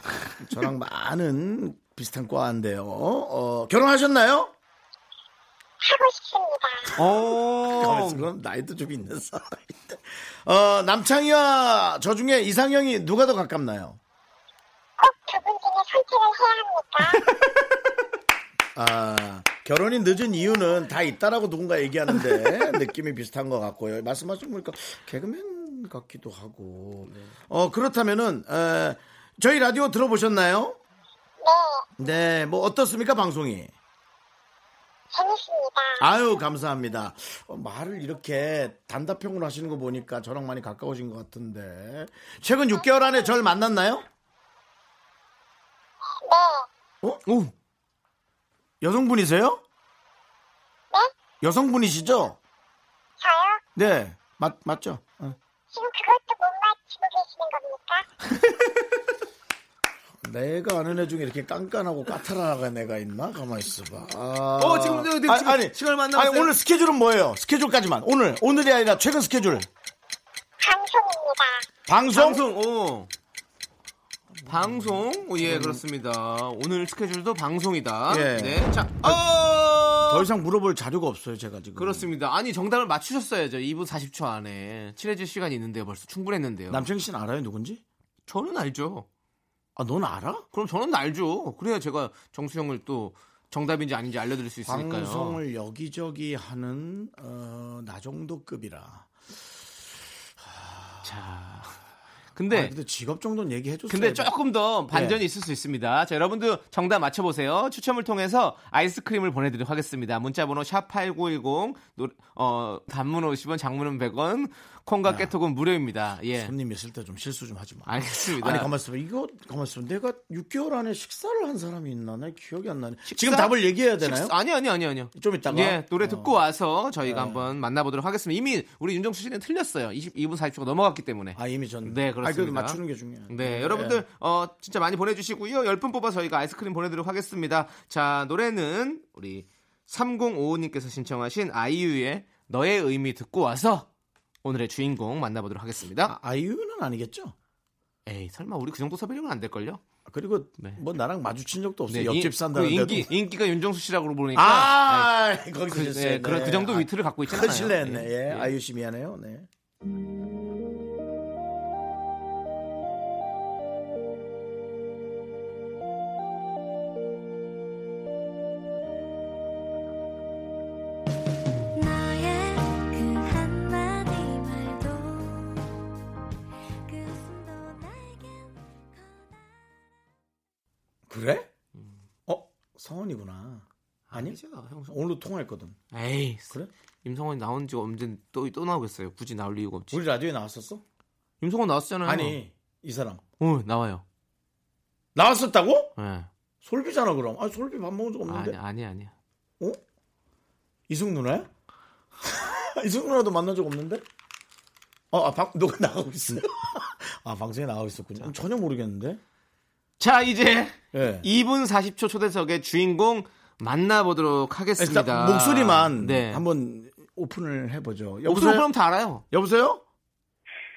[SPEAKER 6] 갔다 합니다.
[SPEAKER 1] 저랑 많은 비슷한 과인데요. 어, 결혼하셨나요?
[SPEAKER 6] 하고 싶습니다.
[SPEAKER 2] 오.
[SPEAKER 1] 가만있어, 그럼 나이도 좀 있는 사람인데. 어, 남창희와 저 중에 이상형이 누가 더 가깝나요?
[SPEAKER 6] 꼭 두 분 중에 선택을 해야
[SPEAKER 1] (laughs)
[SPEAKER 6] 합니까?
[SPEAKER 1] 아, 결혼이 늦은 이유는 다 있다라고 누군가 얘기하는데 느낌이 비슷한 것 같고요. 말씀하신 거 보니까 개그맨 같기도 하고. 어, 그렇다면은, 에, 저희 라디오 들어보셨나요?
[SPEAKER 6] 네,
[SPEAKER 1] 네, 뭐 어떻습니까, 방송이?
[SPEAKER 6] 재밌습니다.
[SPEAKER 1] 아유, 감사합니다. 어, 말을 이렇게 단답형으로 하시는 거 보니까 저랑 많이 가까우신 것 같은데. 최근 6개월 안에 절 만났나요?
[SPEAKER 2] 오.
[SPEAKER 6] 네,
[SPEAKER 1] 어? 여성분이세요?
[SPEAKER 6] 네?
[SPEAKER 1] 여성분이시죠?
[SPEAKER 6] 저요?
[SPEAKER 1] 네, 맞, 맞죠? 어.
[SPEAKER 6] 지금 그것도 못 맞추고 계시는 겁니까?
[SPEAKER 1] 내가 아는 애 중에 이렇게 깐깐하고 까탈한 애가 있나? 가만 있어봐. 아...
[SPEAKER 2] 어, 지금, 지금, 지금 시간을 만나봤어요?
[SPEAKER 1] 아니, 오늘 스케줄은 뭐예요? 스케줄까지만. 오늘, 오늘이 아니라 최근 스케줄.
[SPEAKER 6] 방송입니다.
[SPEAKER 1] 방송?
[SPEAKER 2] 방송, 오. 방송? 오, 예, 그렇습니다. 오늘 스케줄도 방송이다.
[SPEAKER 1] 예.
[SPEAKER 2] 네. 자, 어!
[SPEAKER 1] 더 이상 물어볼 자료가 없어요, 제가 지금.
[SPEAKER 2] 그렇습니다. 아니, 정답을 맞추셨어야죠. 2분 40초 안에. 칠해질 시간이 있는데요. 벌써 충분했는데요.
[SPEAKER 1] 남창희 씨는 알아요, 누군지?
[SPEAKER 2] 저는 알죠.
[SPEAKER 1] 아, 넌 알아?
[SPEAKER 2] 그럼 저는 알죠. 그래야 제가 정수 형을 또 정답인지 아닌지 알려드릴 수 있으니까요.
[SPEAKER 1] 방송을 여기저기 하는, 어, 나 정도급이라.
[SPEAKER 2] 자.
[SPEAKER 1] 네.
[SPEAKER 2] 근데,
[SPEAKER 1] 근데 직업 정도는 얘기해줬어요.
[SPEAKER 2] 근데 조금 더 반전이
[SPEAKER 1] 네.
[SPEAKER 2] 있을 수 있습니다. 자, 여러분도 정답 맞춰보세요. 추첨을 통해서 아이스크림을 보내드리도록 하겠습니다. 문자번호 샵8910, 어, 단문 50원, 장문은 100원, 콩과 깨톡은 무료입니다. 예.
[SPEAKER 1] 손님 있을 때 좀 실수 좀 하지 마.
[SPEAKER 2] 알겠습니다.
[SPEAKER 1] 아니 가만 있어봐 이거 가만 있어봐 내가 6개월 안에 식사를 한 사람이 있나 나 기억이 안 나네
[SPEAKER 2] 식사?
[SPEAKER 1] 지금 답을 얘기해야 되나요?
[SPEAKER 2] 식사- 아니, 아니, 아니, 아니요.
[SPEAKER 1] 좀 이따가
[SPEAKER 2] 예, 노래 듣고
[SPEAKER 1] 어.
[SPEAKER 2] 와서 저희가 한번 만나보도록 하겠습니다. 이미 우리 윤정수 씨는 틀렸어요. 22분 40초가 넘어갔기 때문에.
[SPEAKER 1] 아 이미 전
[SPEAKER 2] 네,
[SPEAKER 1] 아, 그래도
[SPEAKER 2] 그렇습니다.
[SPEAKER 1] 맞추는 게 중요해요
[SPEAKER 2] 네, 여러분들 어 진짜 많이 보내주시고요. 10분 뽑아 저희가 아이스크림 보내드리도록 하겠습니다. 자, 노래는 우리 3055님께서 신청하신 아이유의 너의 의미 듣고 와서 오늘의 주인공 만나보도록 하겠습니다.
[SPEAKER 1] 아, 아이유는 아니겠죠?
[SPEAKER 2] 에이 설마 우리 그 정도 섭외력은 안 될걸요?
[SPEAKER 1] 그리고
[SPEAKER 2] 네.
[SPEAKER 1] 뭐 나랑 마주친 적도 없어요.
[SPEAKER 2] 네, 인-
[SPEAKER 1] 옆집
[SPEAKER 2] 그
[SPEAKER 1] 산다는데도.
[SPEAKER 2] 인기 인기가 윤정수 씨라고 그러니까
[SPEAKER 1] 아,
[SPEAKER 2] 네,
[SPEAKER 1] 거기서
[SPEAKER 2] 그,
[SPEAKER 1] 실수했네.
[SPEAKER 2] 네, 그런- 그 정도
[SPEAKER 1] 아,
[SPEAKER 2] 위트를 갖고 있잖아요.
[SPEAKER 1] 큰 실례했네.
[SPEAKER 2] 예,
[SPEAKER 1] 예,
[SPEAKER 2] 예.
[SPEAKER 1] 아유 씨 미안해요. 네.
[SPEAKER 4] 너의 그 한마디 말도 그 숨도 나에겐
[SPEAKER 1] 그래? 어 성원이구나. 아니
[SPEAKER 2] 아니죠, 형수.
[SPEAKER 1] 오늘도 통화했거든.
[SPEAKER 2] 에이
[SPEAKER 1] 그래?
[SPEAKER 2] 임성원이 나온 지가 언제 또 또 나오겠어요? 굳이 나올 이유가 없지.
[SPEAKER 1] 우리 라디오에 나왔었어?
[SPEAKER 2] 임성원 나왔잖아요.
[SPEAKER 1] 아니 이 사람
[SPEAKER 2] 어 나와요.
[SPEAKER 1] 나왔었다고?
[SPEAKER 2] 예.
[SPEAKER 1] 솔비잖아 그럼. 아 솔비 밥 먹은 적 없는데.
[SPEAKER 2] 아니 아니 아니야.
[SPEAKER 1] 어? 이승 누나야? (laughs) 이승 누나도 만난 적 없는데? 아, 아 방, 너가 나가고
[SPEAKER 2] 음.
[SPEAKER 1] 있어요? (laughs) 아, 방송에 나가고 있었군요. 전혀 모르겠는데?
[SPEAKER 2] 자 이제
[SPEAKER 1] 예.
[SPEAKER 2] 2분 40초 초대석의 주인공 만나보도록 하겠습니다.
[SPEAKER 1] 일단 목소리만
[SPEAKER 2] 네.
[SPEAKER 1] 한번 오픈을 해보죠.
[SPEAKER 2] 목소리
[SPEAKER 1] 여보세요?
[SPEAKER 2] 그럼 다 알아요.
[SPEAKER 1] 여보세요?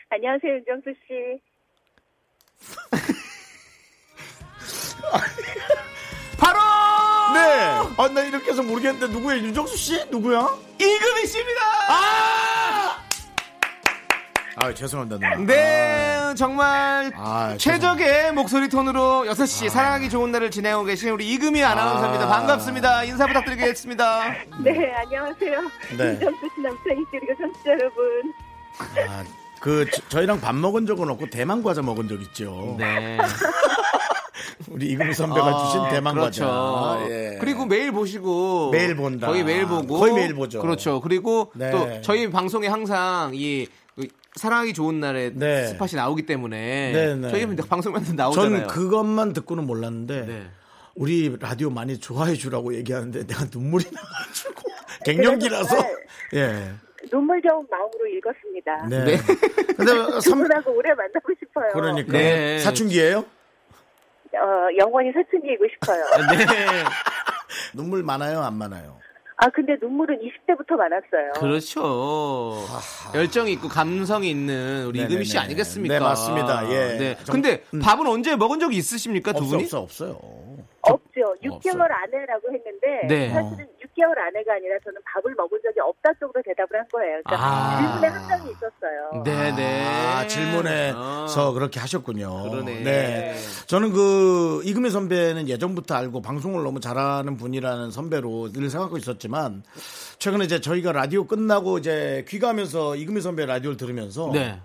[SPEAKER 7] 안녕하세요, 윤정수 씨.
[SPEAKER 2] 바로
[SPEAKER 1] 네! 아, 나 이렇게 해서 모르겠는데, 누구야? 윤정수 씨? 누구야?
[SPEAKER 2] 이금희 씨입니다.
[SPEAKER 1] 아, 죄송합니다, 누나.
[SPEAKER 2] 네, 정말
[SPEAKER 1] 아,
[SPEAKER 2] 최적의 목소리 톤으로 6시 사랑하기 좋은 날을 지내고 계신 우리 이금희 아나운서입니다.
[SPEAKER 1] 아.
[SPEAKER 2] 반갑습니다. 인사 부탁드리겠습니다.
[SPEAKER 8] 음.
[SPEAKER 7] 네, 안녕하세요.
[SPEAKER 1] 네.
[SPEAKER 7] 윤정수 씨 남창희 씨 그리고 청취자 여러분.
[SPEAKER 1] 아, 그, 저- 저희랑 밥 먹은 적은 없고, 대만 과자 먹은 적 있죠.
[SPEAKER 2] 네.
[SPEAKER 1] 우리 이금희 선배가
[SPEAKER 2] 아,
[SPEAKER 1] 주신 대만
[SPEAKER 2] 그렇죠.
[SPEAKER 1] 과자. 아, 예.
[SPEAKER 2] 그리고 매일 보시고
[SPEAKER 1] 매일 본다.
[SPEAKER 2] 거의 매일 보고
[SPEAKER 1] 거의 매일 보죠.
[SPEAKER 2] 그렇죠. 그리고
[SPEAKER 1] 네.
[SPEAKER 2] 또 저희 방송에 항상 이그 사랑하기 좋은 날에
[SPEAKER 1] 네.
[SPEAKER 2] 스팟이 나오기 때문에
[SPEAKER 1] 네, 네.
[SPEAKER 2] 저희 방송만 나오잖아요.
[SPEAKER 1] 전 그것만 듣고는 몰랐는데
[SPEAKER 2] 네.
[SPEAKER 1] 우리 라디오 많이 좋아해 주라고 얘기하는데 내가 눈물이 (laughs) 나가지고 갱년기라서
[SPEAKER 7] 정말
[SPEAKER 1] 예.
[SPEAKER 7] 눈물겨운 마음으로 읽었습니다.
[SPEAKER 1] 네.
[SPEAKER 2] 네.
[SPEAKER 1] 근데
[SPEAKER 7] 두
[SPEAKER 1] 삼
[SPEAKER 7] 분하고 오래 만나고 싶어요.
[SPEAKER 1] 그러니까
[SPEAKER 2] 네.
[SPEAKER 1] 사춘기예요?
[SPEAKER 7] 어, 영원히 사춘기이고
[SPEAKER 2] (laughs)
[SPEAKER 7] 싶어요.
[SPEAKER 2] 네.
[SPEAKER 1] 눈물 많아요, 안 많아요?
[SPEAKER 7] 아, 근데 눈물은 20대부터 많았어요.
[SPEAKER 2] 그렇죠. 열정이 있고 감성이 있는 우리
[SPEAKER 1] 네네네.
[SPEAKER 2] 이금희 씨 아니겠습니까?
[SPEAKER 1] 네, 맞습니다. 예.
[SPEAKER 2] 네.
[SPEAKER 1] 정-
[SPEAKER 2] 근데 밥은 언제 먹은 적이 있으십니까, 두
[SPEAKER 1] 없어
[SPEAKER 2] 분이?
[SPEAKER 1] 없어 없어요.
[SPEAKER 7] 없죠. 6개월 안에라고 했는데
[SPEAKER 2] 네.
[SPEAKER 7] 사실은 6개월 안에가 아니라 저는 밥을 먹은 적이 없다 쪽으로 대답을 한 거예요. 그러니까
[SPEAKER 2] 아.
[SPEAKER 7] 질문에 함정이 있었어요.
[SPEAKER 2] 네, 네.
[SPEAKER 1] 아, 질문에서
[SPEAKER 2] 어.
[SPEAKER 1] 그렇게 하셨군요.
[SPEAKER 2] 그러네.
[SPEAKER 1] 네. 저는 그 이금희 선배는 예전부터 알고 방송을 너무 잘하는 분이라는 선배로 늘 생각하고 있었지만 최근에 이제 저희가 라디오 끝나고 이제 귀가하면서 이금희 선배 라디오를 들으면서
[SPEAKER 2] 네.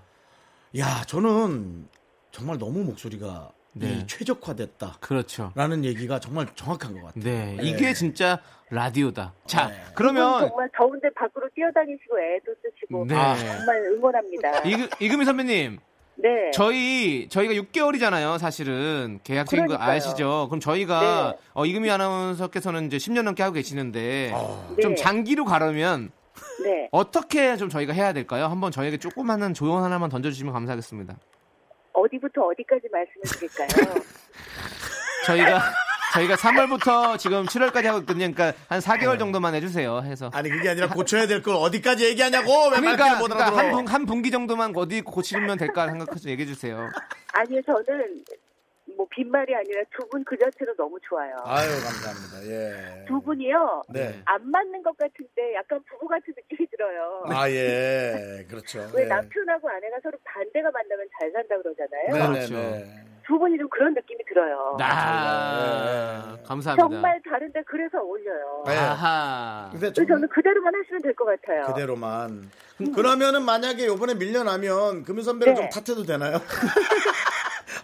[SPEAKER 1] 야, 저는 정말 너무 목소리가
[SPEAKER 2] 네.
[SPEAKER 1] 이 최적화됐다.
[SPEAKER 2] 그렇죠.
[SPEAKER 1] 라는 얘기가 정말 정확한 것 같아요.
[SPEAKER 2] 네. 이게 진짜 라디오다. 자,
[SPEAKER 1] 네.
[SPEAKER 7] 이분
[SPEAKER 2] 그러면
[SPEAKER 7] 정말 더운데 밖으로 뛰어다니시고 애도 쓰시고
[SPEAKER 2] 네.
[SPEAKER 7] 아, 정말 응원합니다.
[SPEAKER 2] 이금, 이금희 선배님,
[SPEAKER 7] 네.
[SPEAKER 2] 저희 저희가 6개월이잖아요, 사실은 계약적인 거
[SPEAKER 7] 그러니까요.
[SPEAKER 2] 아시죠? 그럼 저희가
[SPEAKER 7] 네.
[SPEAKER 2] 어, 이금희 아나운서께서는 이제 10년 넘게 하고 계시는데 좀
[SPEAKER 7] 네.
[SPEAKER 2] 장기로 가려면
[SPEAKER 7] 네.
[SPEAKER 2] 어떻게 좀 저희가 해야 될까요? 한번 저에게 조그마한 조언 하나만 던져주시면 감사하겠습니다.
[SPEAKER 7] 어디부터 어디까지
[SPEAKER 2] (laughs)
[SPEAKER 7] 말씀을 드릴까요?
[SPEAKER 2] 저희가 저희가 3월부터 지금 7월까지 하고 있거든요. 그러니까 한 4개월 정도만 해주세요. 해서
[SPEAKER 1] 아니, 그게 아니라 고쳐야 될 걸 어디까지 얘기하냐고! 왜
[SPEAKER 2] 그러니까,
[SPEAKER 1] 말귀를 못
[SPEAKER 2] 그러니까 한,
[SPEAKER 1] 알아들어!
[SPEAKER 2] 분, 한 분기 정도만 어디 고치면 될까 생각해서 얘기해 주세요.
[SPEAKER 7] 아니요, 저는 뭐 빈말이 아니라 두 분 그 자체로 너무 좋아요.
[SPEAKER 1] 아유, 감사합니다. 예.
[SPEAKER 7] 두 분이요.
[SPEAKER 1] 네.
[SPEAKER 7] 안 맞는 것 같은데 약간 부부 같은 느낌이 들어요.
[SPEAKER 1] 아, 예. 그렇죠.
[SPEAKER 7] 왜
[SPEAKER 1] 예.
[SPEAKER 7] 남편하고 아내가 서로 반대가 만나면 잘 산다 그러잖아요.
[SPEAKER 1] 네네네.
[SPEAKER 2] 그렇죠.
[SPEAKER 7] 두 분이 좀 그런 느낌이 들어요.
[SPEAKER 1] 예,
[SPEAKER 2] 아, 감사합니다.
[SPEAKER 7] 정말 다른데 그래서 어울려요.
[SPEAKER 1] 네.
[SPEAKER 2] 아하.
[SPEAKER 1] 근데
[SPEAKER 7] 그래서
[SPEAKER 1] 좀
[SPEAKER 7] 저는 그대로만 하시면 될 것 같아요. 음.
[SPEAKER 1] 그대로만. 그러면은 만약에 요번에 밀려나면 금희 선배를
[SPEAKER 7] 네.
[SPEAKER 1] 좀 탓해도 되나요? (laughs)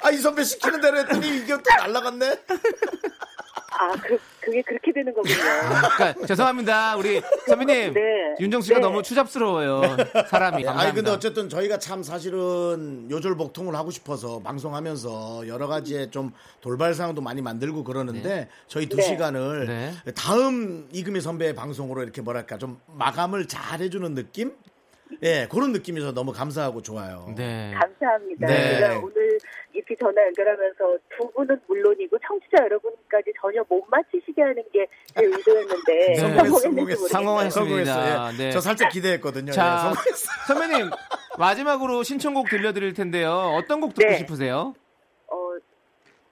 [SPEAKER 1] 아, 이 선배 시키는 대로 했더니 이게 또 날라갔네?
[SPEAKER 7] 아, 그, 그게 그렇게 되는 거군요.
[SPEAKER 1] (laughs)
[SPEAKER 2] 그러니까 죄송합니다. 우리 선배님.
[SPEAKER 7] 네.
[SPEAKER 2] 윤정 씨가
[SPEAKER 7] 네.
[SPEAKER 2] 너무 추잡스러워요. 사람이. 감사합니다.
[SPEAKER 1] 예, 네, 아니 근데 어쨌든 저희가 참 사실은 요절복통을 하고 싶어서 방송하면서 여러 가지의 좀 돌발 상황도 많이 만들고 그러는데 저희 두
[SPEAKER 7] 네.
[SPEAKER 1] 시간을
[SPEAKER 2] 네.
[SPEAKER 1] 다음 이금희 선배의 방송으로 이렇게 뭐랄까 좀 마감을 잘 해주는 느낌? 예, 그런 느낌에서 너무 감사하고 좋아요.
[SPEAKER 2] 네.
[SPEAKER 7] 감사합니다.
[SPEAKER 1] 음. 네.
[SPEAKER 7] 제가 오늘 이렇게 전화 연결하면서 두 분은 물론이고 청취자 여러분까지 전혀 못 맞히시게 하는 게 제 의도였는데
[SPEAKER 2] 네.
[SPEAKER 7] 성공했는지 모르겠어요.
[SPEAKER 2] 성공했습니다.
[SPEAKER 1] 성공했어요. 예.
[SPEAKER 2] 네.
[SPEAKER 1] 저 살짝 기대했거든요. 예,
[SPEAKER 2] 자,
[SPEAKER 1] 성공했어요.
[SPEAKER 2] 선배님 마지막으로 신청곡 들려드릴 텐데요. 어떤 곡 듣고
[SPEAKER 7] 네.
[SPEAKER 2] 싶으세요?
[SPEAKER 7] 어,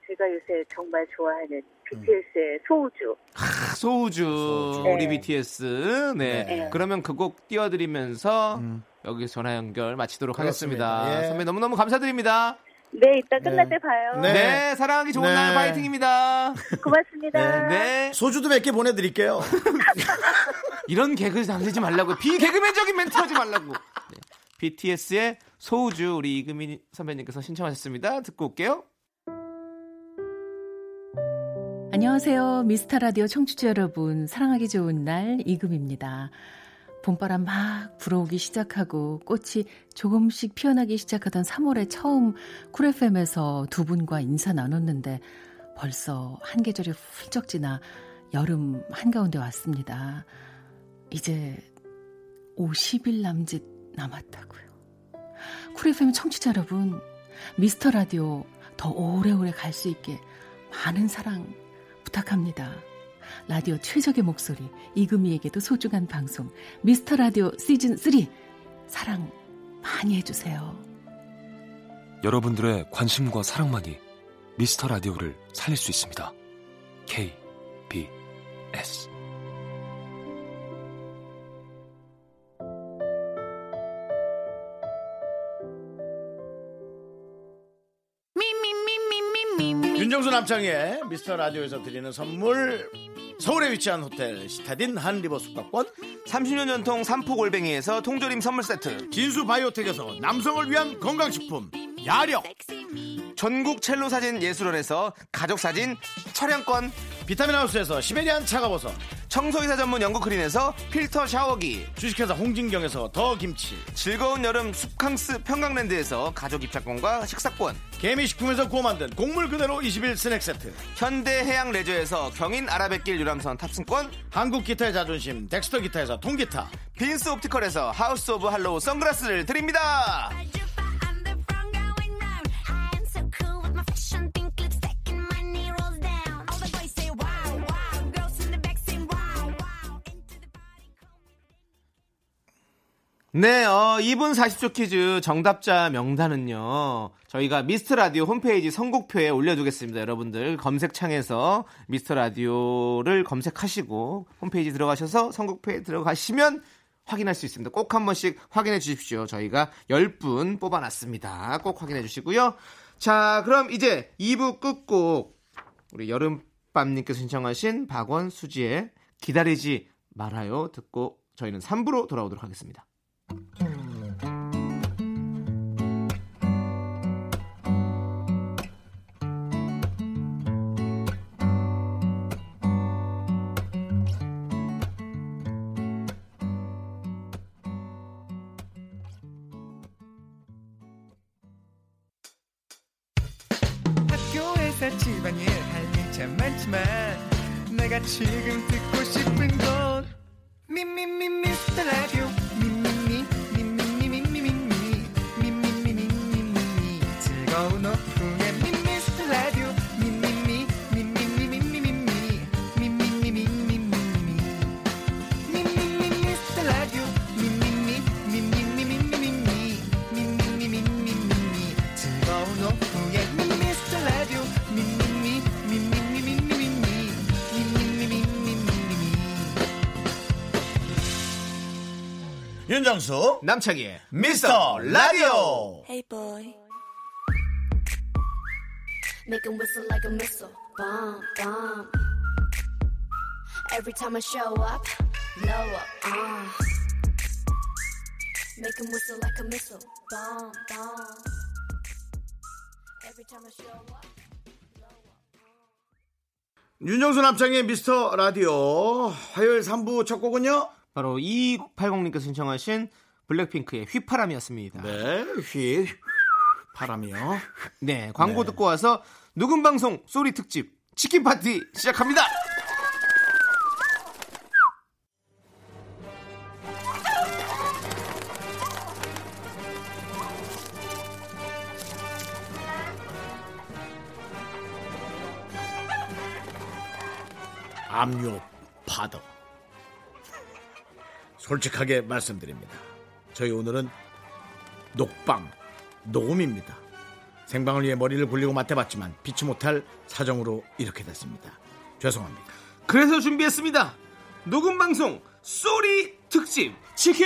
[SPEAKER 7] 제가 요새 정말
[SPEAKER 1] 음.
[SPEAKER 7] 좋아하는 BTS의 소우주.
[SPEAKER 2] 크, 소우주,
[SPEAKER 1] 소우주.
[SPEAKER 2] 우리
[SPEAKER 7] 네.
[SPEAKER 2] BTS. 네.
[SPEAKER 1] 네. 음.
[SPEAKER 2] 그러면 그 곡 띄워드리면서 여기 전화 연결 마치도록
[SPEAKER 1] 그렇습니다.
[SPEAKER 2] 하겠습니다.
[SPEAKER 1] 예.
[SPEAKER 2] 선배 너무너무 감사드립니다.
[SPEAKER 7] 네, 이따 끝날
[SPEAKER 1] 네.
[SPEAKER 7] 때 봐요.
[SPEAKER 1] 네.
[SPEAKER 2] 네. 사랑하기 좋은
[SPEAKER 1] 네.
[SPEAKER 2] 날 파이팅입니다.
[SPEAKER 7] 고맙습니다.
[SPEAKER 2] 네.
[SPEAKER 1] 예, 소주도 몇 개 보내드릴게요.
[SPEAKER 2] 이런 개그 남기지 말라고. 비개그맨적인 멘트 하지 말라고. 네. BTS의 소우주 우리 이금희 선배님께서 신청하셨습니다. 듣고 올게요.
[SPEAKER 8] 안녕하세요. 미스터 라디오 청취자 여러분. 사랑하기 좋은 날 이금입니다. 봄바람 막 불어오기 시작하고 꽃이 조금씩 피어나기 시작하던 3월에 처음 쿨FM에서 두 분과 인사 나눴는데 벌써 한 계절이 훌쩍 지나 여름 한가운데 왔습니다. 이제 50일 남짓 남았다고요. 쿨FM 청취자 여러분, 미스터 라디오 더 오래오래 갈 수 있게 많은 사랑 부탁합니다. 라디오 최적의 목소리 이금희에게도 소중한 방송 미스터 라디오 시즌 3 사랑 많이 해주세요.
[SPEAKER 9] 여러분들의 관심과 사랑만이 미스터 라디오를 살릴 수 있습니다. K, B, S.
[SPEAKER 1] 윤정수 남창의 미스터 라디오에서 드리는 선물 서울에 위치한 호텔 시타딘 한 리버 숙박권
[SPEAKER 2] 30년 전통 삼포골뱅이에서 통조림 선물 세트.
[SPEAKER 1] 진수 바이오텍에서 남성을 위한 건강식품 야력
[SPEAKER 2] 전국 첼로 사진 예술원에서 가족 사진 촬영권.
[SPEAKER 1] 비타민 하우스에서 시베리안 차가워서
[SPEAKER 2] 청소이사 전문 영국 크린에서 필터 샤워기.
[SPEAKER 1] 주식회사 홍진경에서 더 김치
[SPEAKER 2] 즐거운 여름 숲캉스 평강랜드에서 가족 입장권과 식사권.
[SPEAKER 1] 개미식품에서 구워 만든 곡물 그대로 21 스낵 세트
[SPEAKER 2] 현대해양 레저에서 경인 아라뱃길 유람선 탑승권.
[SPEAKER 1] 한국 기타의 자존심 덱스터 기타에서 통기타
[SPEAKER 2] 빈스 옵티컬에서 하우스 오브 할로우 선글라스를 드립니다. 네, 어, 2분 40초 퀴즈 정답자 명단은요, 저희가 미스트 라디오 홈페이지 선곡표에 올려두겠습니다. 여러분들 검색창에서 미스트 라디오를 검색하시고 홈페이지 들어가셔서 선곡표에 들어가시면 확인할 수 있습니다. 꼭 한 번씩 확인해 주십시오. 저희가 10분 뽑아놨습니다. 꼭 확인해 주시고요. 자, 그럼 이제 2부 끝곡 우리 여름밤님께서 신청하신 박원 수지의 기다리지 말아요 듣고 저희는 3부로 돌아오도록 하겠습니다.
[SPEAKER 10] 학교에서 집안일 할 일 참 많지만 내가 지금 듣고 싶은 건 미미미 미스터 라디오 미미미 미미미 미미미 미미미 미미미 즐거운 오후에 미스터 라디오 미미미 미미미 미미미 미미미 미미미
[SPEAKER 1] 윤정수
[SPEAKER 2] 남창희의
[SPEAKER 1] 미스터 라디오
[SPEAKER 3] Hey boy.
[SPEAKER 4] Make 'em whistle like a missile. Bomb, bomb. Every time I show up, blow up. Uh. Make 'em whistle like a missile. Bomb, bomb. Every time I show up.
[SPEAKER 1] 윤정수 남창의 미스터 라디오 화요일 3부 첫 곡은요
[SPEAKER 2] 바로 280님께서 신청하신 블랙핑크의 휘파람이었습니다. 네,
[SPEAKER 1] 네휘 바람이요
[SPEAKER 2] 네, 광고 듣고 와서 누군 방송 소리 특집 치킨 파티 시작합니다.
[SPEAKER 1] 압류 파동. 솔직하게 말씀드립니다. 저희 오늘은 녹방, 녹음입니다. 생방을 위해 머리를 굴리고 맞대봤지만 피치 못할 사정으로 이렇게 됐습니다. 죄송합니다.
[SPEAKER 2] 그래서 준비했습니다. 녹음 방송 소리 특집 치킨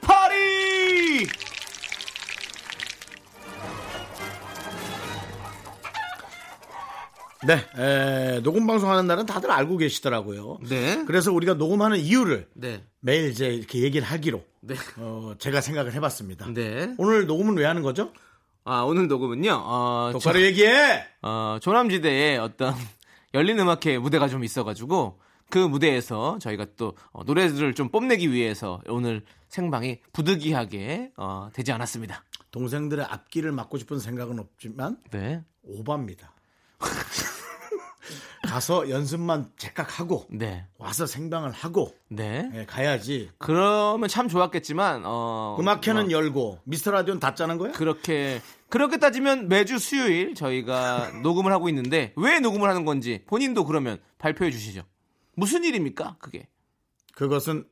[SPEAKER 2] 파리.
[SPEAKER 1] 네, 에, 녹음 방송하는 날은 다들 알고 계시더라고요.
[SPEAKER 2] 네.
[SPEAKER 1] 그래서 우리가 녹음하는 이유를
[SPEAKER 2] 네.
[SPEAKER 1] 매일 이제 이렇게 얘기를 하기로
[SPEAKER 2] 네.
[SPEAKER 1] 어, 제가 생각을 해봤습니다.
[SPEAKER 2] 네.
[SPEAKER 1] 오늘 녹음은 왜 하는 거죠?
[SPEAKER 2] 아 오늘 녹음은요. 어,
[SPEAKER 1] 똑바로
[SPEAKER 2] 저-
[SPEAKER 1] 얘기해.
[SPEAKER 2] 어, 조남지대에 어떤 (laughs) 열린 음악회 무대가 좀 있어가지고 그 무대에서 저희가 또 어, 노래들을 좀 뽐내기 위해서 오늘 생방이 부득이하게 어, 되지 않았습니다.
[SPEAKER 1] 동생들의 앞길을 막고 싶은 생각은 없지만
[SPEAKER 2] 네.
[SPEAKER 1] 오바입니다. (laughs) 가서 연습만 제깍하고
[SPEAKER 2] 네.
[SPEAKER 1] 와서 생방을 하고
[SPEAKER 2] 네.
[SPEAKER 1] 예, 가야지.
[SPEAKER 2] 그러면 참 좋았겠지만 어,
[SPEAKER 1] 음악회는
[SPEAKER 2] 뭐,
[SPEAKER 1] 열고 미스터 라디오는 다 짜는 거야?
[SPEAKER 2] 그렇게 그렇게 따지면 매주 수요일 저희가
[SPEAKER 1] (laughs)
[SPEAKER 2] 녹음을 하고 있는데 왜 녹음을 하는 건지 본인도 그러면 발표해 주시죠. 무슨 일입니까? 그게
[SPEAKER 1] 그것은